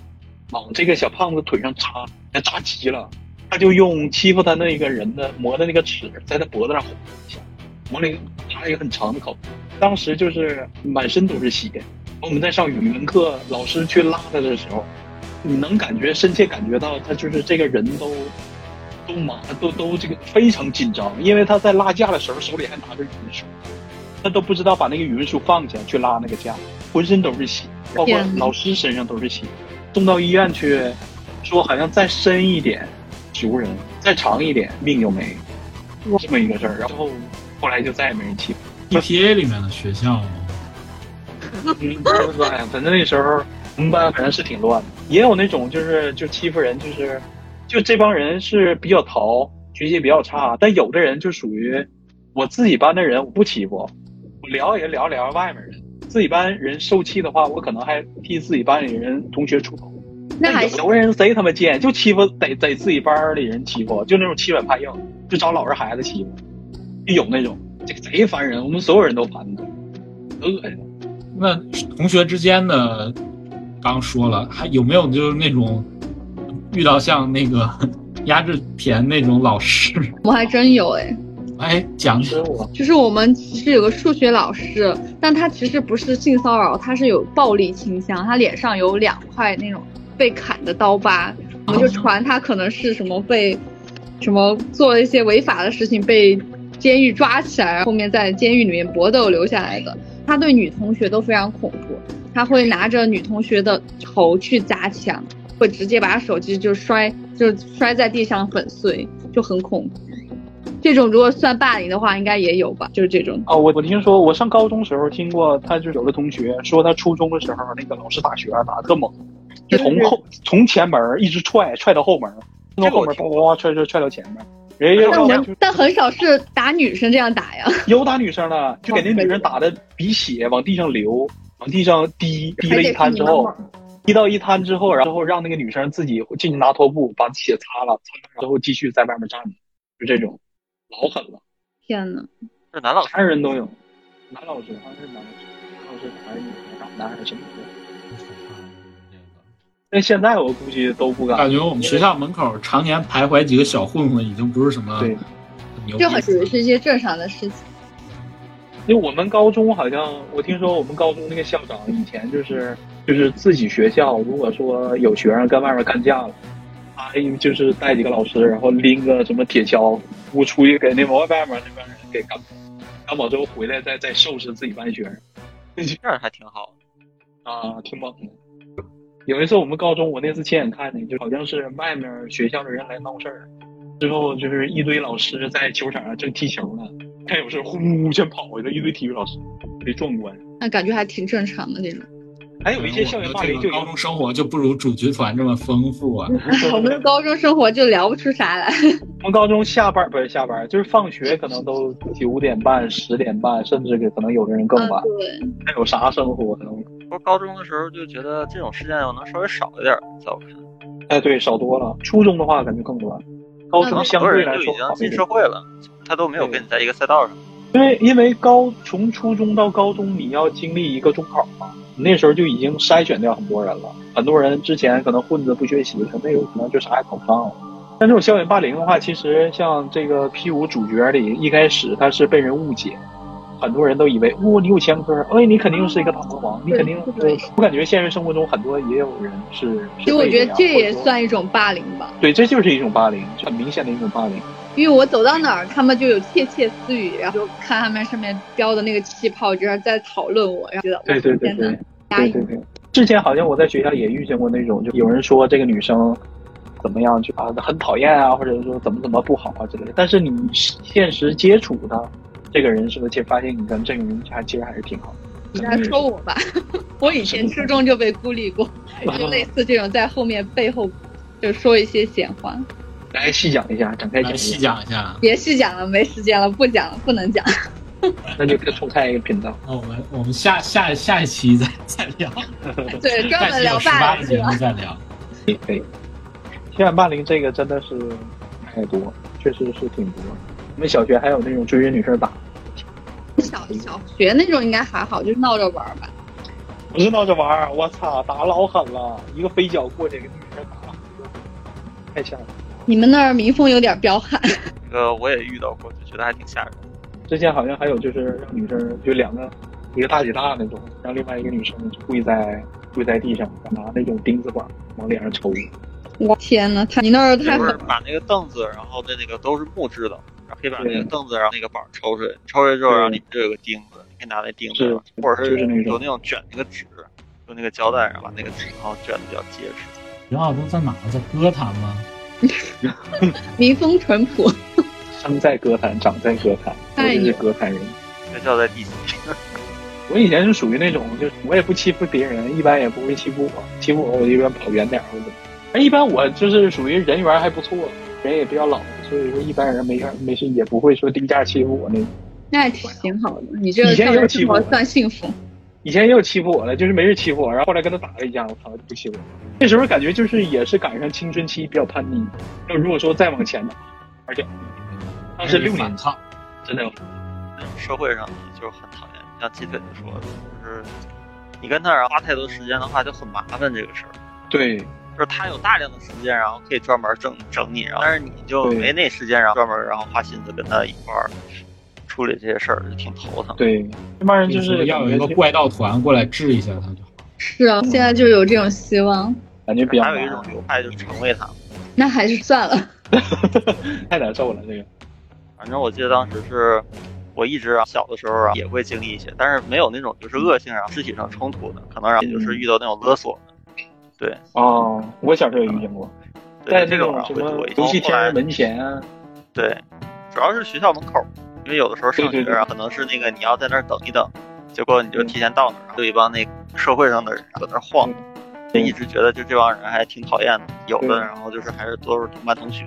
Speaker 7: 往这个小胖子腿上扎，给扎急了，他就用欺负他那个人的磨的那个尺在他脖子上划一下，磨了一个扎了一个很长的口，当时就是满身都是血。我们在上语文课，老师去拉他的时候，你能感觉深切感觉到他就是这个人都都麻都都这个非常紧张，因为他在拉架的时候手里还拿着语文书，他都不知道把那个语文书放下去拉那个架，浑身都是血，包括
Speaker 6: 天哪
Speaker 7: 老师身上都是血，送到医院去，说好像再深一点，熟人再长一点命就没，这么一个事儿。然后后来就再也没人欺负。
Speaker 9: EPA E 里面的学校吗？
Speaker 7: 嗯，不是说哎呀，反正那时候我们班反正是挺乱的，也有那种就是就欺负人，就是就这帮人是比较淘，学习比较差，但有的人就属于我自己班的人，我不欺负，我聊也聊聊外面人，自己班人受气的话，我可能还替自己班里人同学出头。
Speaker 6: 那还行
Speaker 7: 有。的人贼他妈贱，就欺负在在自己班儿里人欺负，就那种欺软怕硬，就找老人孩子欺负，就有那种这个贼烦人，我们所有人都烦他，都恶心。
Speaker 9: 那同学之间的，刚说了，还有没有就是那种遇到像那个 [LAUGHS] 压制田那种老师？
Speaker 6: 我还真有哎，
Speaker 9: 哎，讲
Speaker 7: 是我
Speaker 6: 就是我们其实有个数学老师，但他其实不是性骚扰，他是有暴力倾向，他脸上有两块那种被砍的刀疤，我们就传他可能是什么被什么做了一些违法的事情被监狱抓起来，后面在监狱里面搏斗留下来的。他对女同学都非常恐怖，他会拿着女同学的头去砸墙，会直接把手机就摔就摔在地上粉碎，就很恐怖。这种如果算霸凌的话，应该也有吧？就是这种。
Speaker 7: 哦，我我听说我上高中时候听过，他就有的同学说他初中的时候那个老师打学啊打得特猛，就从后从前门儿一直踹踹到后门儿，从后门儿叭叭叭踹踹踹到前面儿，人家
Speaker 6: 但
Speaker 7: 要
Speaker 6: 我
Speaker 7: 要就
Speaker 6: 们但很少是打女生这样打呀，
Speaker 7: 有打女生的，就给那女生打的鼻血往地上流，往地上滴滴了一滩之后，滴到一滩之后，然后让那个女生自己进去拿拖布把血擦了，擦了之后继续在外面站着，就这种，老狠了，
Speaker 6: 天呐，
Speaker 10: 是男老师
Speaker 7: 啥人都有，男老师好像是男老师，男老师还是女的，男还是什么的。但现在我估计都不
Speaker 9: 我
Speaker 7: 敢
Speaker 9: 感。觉我们学校门口常年徘徊几个小混混，已经不是什么
Speaker 7: 对
Speaker 9: 很牛逼
Speaker 6: 就很属于是一些正常的事情。
Speaker 7: 因为我们高中好像我听说我们高中那个校长以前就是就是自己学校，如果说有学生跟外面干架了，他就是带几个老师，然后拎个什么铁锹，我出去给那外外面那边人给赶跑，赶跑之后回来再再收拾自己班学生
Speaker 10: 这样还挺好。
Speaker 7: 啊，挺猛的。有一次我们高中，我那次亲眼看见，就好像是外面学校的人来闹事儿，之后就是一堆老师在球场上正踢球呢，看有事儿呼呼先跑回来，一堆体育老师被壮观。
Speaker 6: 那感觉还挺正常的那种。
Speaker 7: 还有一些校园霸凌就
Speaker 9: 这个
Speaker 7: 已经
Speaker 10: 嗯
Speaker 9: 高中生活就不如主角团这么丰富啊！
Speaker 6: 我们高中生活就聊不出啥来，
Speaker 7: 我们高中下班不是下班，就是放学可能都九点半、十点半，甚至可能有的人更
Speaker 6: 嗯
Speaker 7: 晚，。
Speaker 6: 对，
Speaker 7: 那有啥生活呢？
Speaker 10: 我高中的时候就觉得这种事件我能稍微少一点儿，在我看来，
Speaker 7: 哎，对，少多了。初中的话感觉更多，高中
Speaker 10: 可能很
Speaker 7: 相
Speaker 10: 多
Speaker 7: 对
Speaker 10: 人
Speaker 7: 来
Speaker 10: 就
Speaker 7: 说
Speaker 10: 已经
Speaker 7: 好一
Speaker 10: 进
Speaker 7: 点嗯
Speaker 10: 社会了，他都没有跟你在一个赛道上。
Speaker 7: 因为因为高从初中到高中，你要经历一个中考嘛，你那时候就已经筛选掉很多人了。很多人之前可能混子不学习，可能有可能就啥也考不上了。但这种校园霸凌的话，其实像这个 P 五主角里，一开始他是被人误解，很多人都以为，哦，你有前科，哎，你肯定是一个大魔王，你肯定
Speaker 6: 对对。
Speaker 7: 我感觉现实生活中很多也有人是，
Speaker 6: 其实我觉得这也
Speaker 7: 算。
Speaker 6: 算一种霸凌吧，
Speaker 7: 对，这就是一种霸凌，很明显的一种霸凌。
Speaker 6: 因为我走到哪儿，他们就有窃窃私语，然后就看他们上面标的那个气泡，就是在讨论我，然后觉得
Speaker 7: 对对对
Speaker 6: 天
Speaker 7: 对
Speaker 6: 哪。压
Speaker 7: 对
Speaker 6: 抑
Speaker 7: 对对，之前好像我在学校也遇见过那种，就有人说这个女生怎么样，就啊很讨厌啊，或者说怎么怎么不好啊之类的。但是你现实接触她，这个人是不是其实发现你跟这个人还其实还是挺好的，
Speaker 6: 你在说我吧？ [LAUGHS] 我以前初中就被孤立过，
Speaker 7: 嗯
Speaker 6: 就类似这种在后面背后就说一些闲话。
Speaker 7: 来细讲一下，展开
Speaker 9: 来
Speaker 7: 讲一下
Speaker 9: 细，讲一下。
Speaker 6: 别细讲了，没时间了，不讲了，不能讲。
Speaker 7: 那就给重开一个频道。
Speaker 9: 哦那我们我们下下下一期再再聊，
Speaker 6: [LAUGHS] 对，专门聊
Speaker 9: 十八
Speaker 6: 霸
Speaker 9: 的
Speaker 6: 凌
Speaker 9: 节
Speaker 6: 是
Speaker 9: 目
Speaker 6: 吧？
Speaker 9: 再聊。
Speaker 7: 也可以。情感霸凌这个真的是太多，确实是挺多。我们小学还有那种追着女生打，
Speaker 6: 小小学那种应该还好，就是闹着玩儿吧。
Speaker 7: 不是闹着玩儿，我操，打老狠了，一个飞脚过去给女生打，太吓人了。
Speaker 6: 你们那儿民风有点彪悍， [LAUGHS]
Speaker 10: 这个我也遇到过，就觉得还挺吓人的。
Speaker 7: 之前好像还有就是让女生就两个，一个大姐大那种，让另外一个女生就跪在跪在地上，拿那种钉子管往脸上抽。
Speaker 6: 我天呐，他你那儿太
Speaker 10: 就
Speaker 6: 狠
Speaker 10: 是
Speaker 6: 了，
Speaker 10: 把那个凳子，然后那那个都是木质的，然后可以把
Speaker 7: 对
Speaker 10: 那个凳子，然后那个板儿抽出来，抽出来之后，
Speaker 7: 对
Speaker 10: 然后里面就有个钉子，你可以拿那钉
Speaker 7: 是
Speaker 10: 子，或者
Speaker 7: 就是那种
Speaker 10: 有那种卷那个纸，用那个胶带，然后把那个纸然后卷的比较结实。
Speaker 9: [LAUGHS] 刘晓东在哪儿？在歌坛吗？
Speaker 6: 民风淳朴。
Speaker 7: 生在歌坛，长在歌坛，我
Speaker 6: 哎呦
Speaker 7: 就是歌坛人。
Speaker 10: 这叫在地基。
Speaker 7: 我以前是属于那种，就是我也不欺负别人，一般也不会欺负我，欺负我我就一般跑远点儿或者。哎，一般我就是属于人缘还不错，人也比较老，所以说一般人没事儿没事也不会说低价欺负我那种。
Speaker 6: 那还挺挺好的，你这
Speaker 7: 以
Speaker 6: 个
Speaker 7: 前
Speaker 6: 校
Speaker 7: 也有
Speaker 6: 园
Speaker 7: 欺
Speaker 6: 生
Speaker 7: 负我
Speaker 6: 活算幸福。
Speaker 7: 以前也有欺负我的，就是没人欺负我，然后后来跟他打了一架，我操就不欺负我。那时候感觉就是也是赶上青春期比较叛逆，要如果说再往前的话，而且当时六年
Speaker 9: 反抗。
Speaker 7: 真的
Speaker 10: 社会上就是很讨厌，像鸡腿就说的，就是你跟他然后花太多时间的话，就很麻烦这个事儿。
Speaker 7: 对
Speaker 10: 就是他有大量的时间，然后可以专门整整你，然后但是你就没那时间，然后专门然后花心思跟他一块儿处理这些事儿，就挺头疼。
Speaker 7: 对，这帮人就
Speaker 9: 就是
Speaker 7: 是
Speaker 9: 要有一个
Speaker 7: 感觉
Speaker 9: 怪盗团过来治一下他就好。
Speaker 6: 是啊，现在就有这种希望，
Speaker 7: 感觉比较
Speaker 10: 还
Speaker 7: 麻
Speaker 10: 有一种流派就是成为他们，
Speaker 6: 那还是算了。
Speaker 7: 太难受了这个。
Speaker 10: 反正我记得当时是。我一直啊，小的时候啊也会经历一些，但是没有那种就是恶性啊肢体上冲突的，可能啊
Speaker 7: 嗯
Speaker 10: 也就是遇到那种勒索的。
Speaker 7: 哦，我小时候也遇见过，在
Speaker 10: 啊对
Speaker 7: 那
Speaker 10: 这种
Speaker 7: 种
Speaker 10: 啊
Speaker 7: 什
Speaker 10: 会
Speaker 7: 么
Speaker 10: 多一些。
Speaker 7: 游戏
Speaker 10: 后来
Speaker 7: 厅门前啊，
Speaker 10: 对，主要是学校门口，因为有的时候上
Speaker 7: 对
Speaker 10: 学
Speaker 7: 对对
Speaker 10: 啊，可能是那个你要在那儿等一等，结果你就提前到那儿，然后就一帮那个社会上的人在那儿晃，就
Speaker 7: 对
Speaker 10: 一直觉得就这帮人还挺讨厌的，有
Speaker 7: 对
Speaker 10: 的然后就是还是都是同班同学，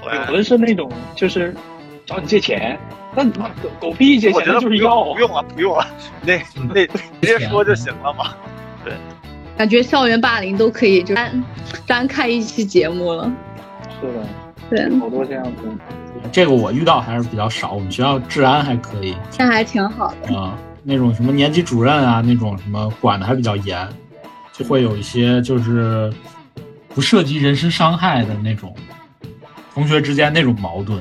Speaker 10: 后来
Speaker 7: 有的是那种就是找你借钱，那你妈狗狗屁借
Speaker 10: 我
Speaker 7: 钱
Speaker 10: 觉
Speaker 7: 那
Speaker 10: 得
Speaker 7: 就
Speaker 10: 不
Speaker 7: 是
Speaker 10: 用
Speaker 7: 要
Speaker 10: 不，用了不用啊 [LAUGHS] 了，那那直接说就行了嘛。
Speaker 6: 感觉校园霸凌都可以就单单开一期节目了。
Speaker 7: 是的，
Speaker 6: 对，
Speaker 7: 好多这样子。
Speaker 9: 这个我遇到还是比较少，我们学校治安还可以
Speaker 6: 那还挺好的。
Speaker 9: 啊、那种什么年级主任啊，那种什么管的还比较严，就会有一些就是不涉及人身伤害的那种同学之间那种矛盾，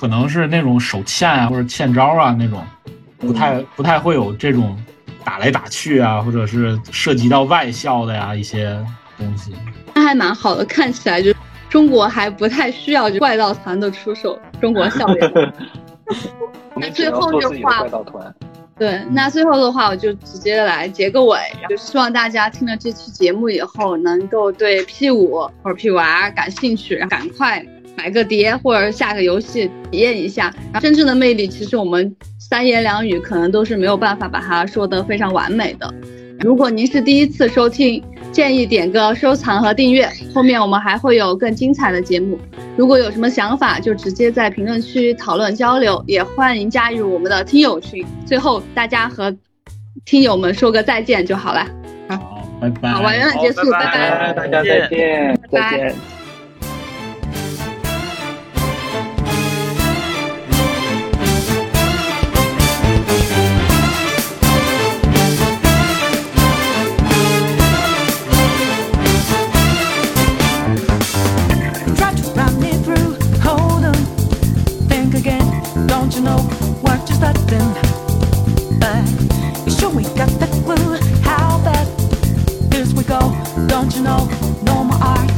Speaker 9: 可能是那种手欠啊或者欠招啊那种，不太不太会有这种打来打去啊，或者是涉及到外校的呀、一些东西。
Speaker 6: 那还蛮好的，看起来就中国还不太需要就怪盗团的出手，中国校
Speaker 7: [LAUGHS]
Speaker 6: 园。
Speaker 7: 我们只
Speaker 6: 最
Speaker 7: 要
Speaker 6: 后
Speaker 7: 做
Speaker 6: 就
Speaker 7: 自己的
Speaker 6: 画
Speaker 7: 怪盗团，
Speaker 6: 对，那最后的话，我就直接来结个尾，就希望大家听了这期节目以后，能够对 P 五或者 P 五 R 感兴趣，然后赶快买个碟或者下个游戏体验一下。然后真正的魅力，其实我们三言两语可能都是没有办法把它说得非常完美的。如果您是第一次收听，建议点个收藏和订阅，后面我们还会有更精彩的节目。如果有什么想法，就直接在评论区讨论交流，也欢迎加入我们的听友群。最后，大家和听友们说个再见就好了。
Speaker 9: 好，拜拜。
Speaker 6: 好，完了
Speaker 10: 哎好
Speaker 6: 结束，
Speaker 10: 拜
Speaker 6: 拜
Speaker 10: 拜
Speaker 7: 大家再见，再见。
Speaker 5: Try to run me through, hold on, think again. Don't you know what you're starting? But you sure we got the clue how bad this we go. Don't you know? No more art.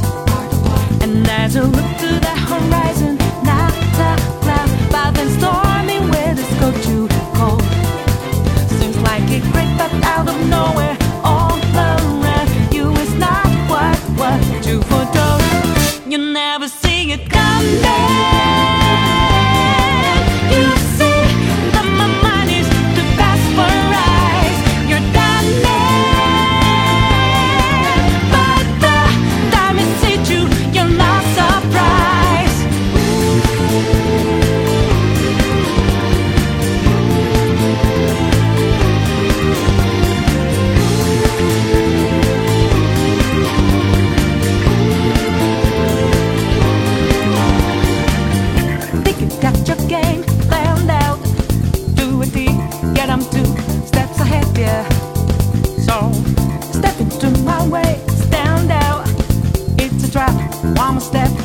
Speaker 5: And as I look to the horizon, not the cloud, but then stormy weather's go too cold. Seems like it crept up out of nowhere, all around. You is not what what you foretold. You never see it coming. You see that my mind is the best for eyes. Your step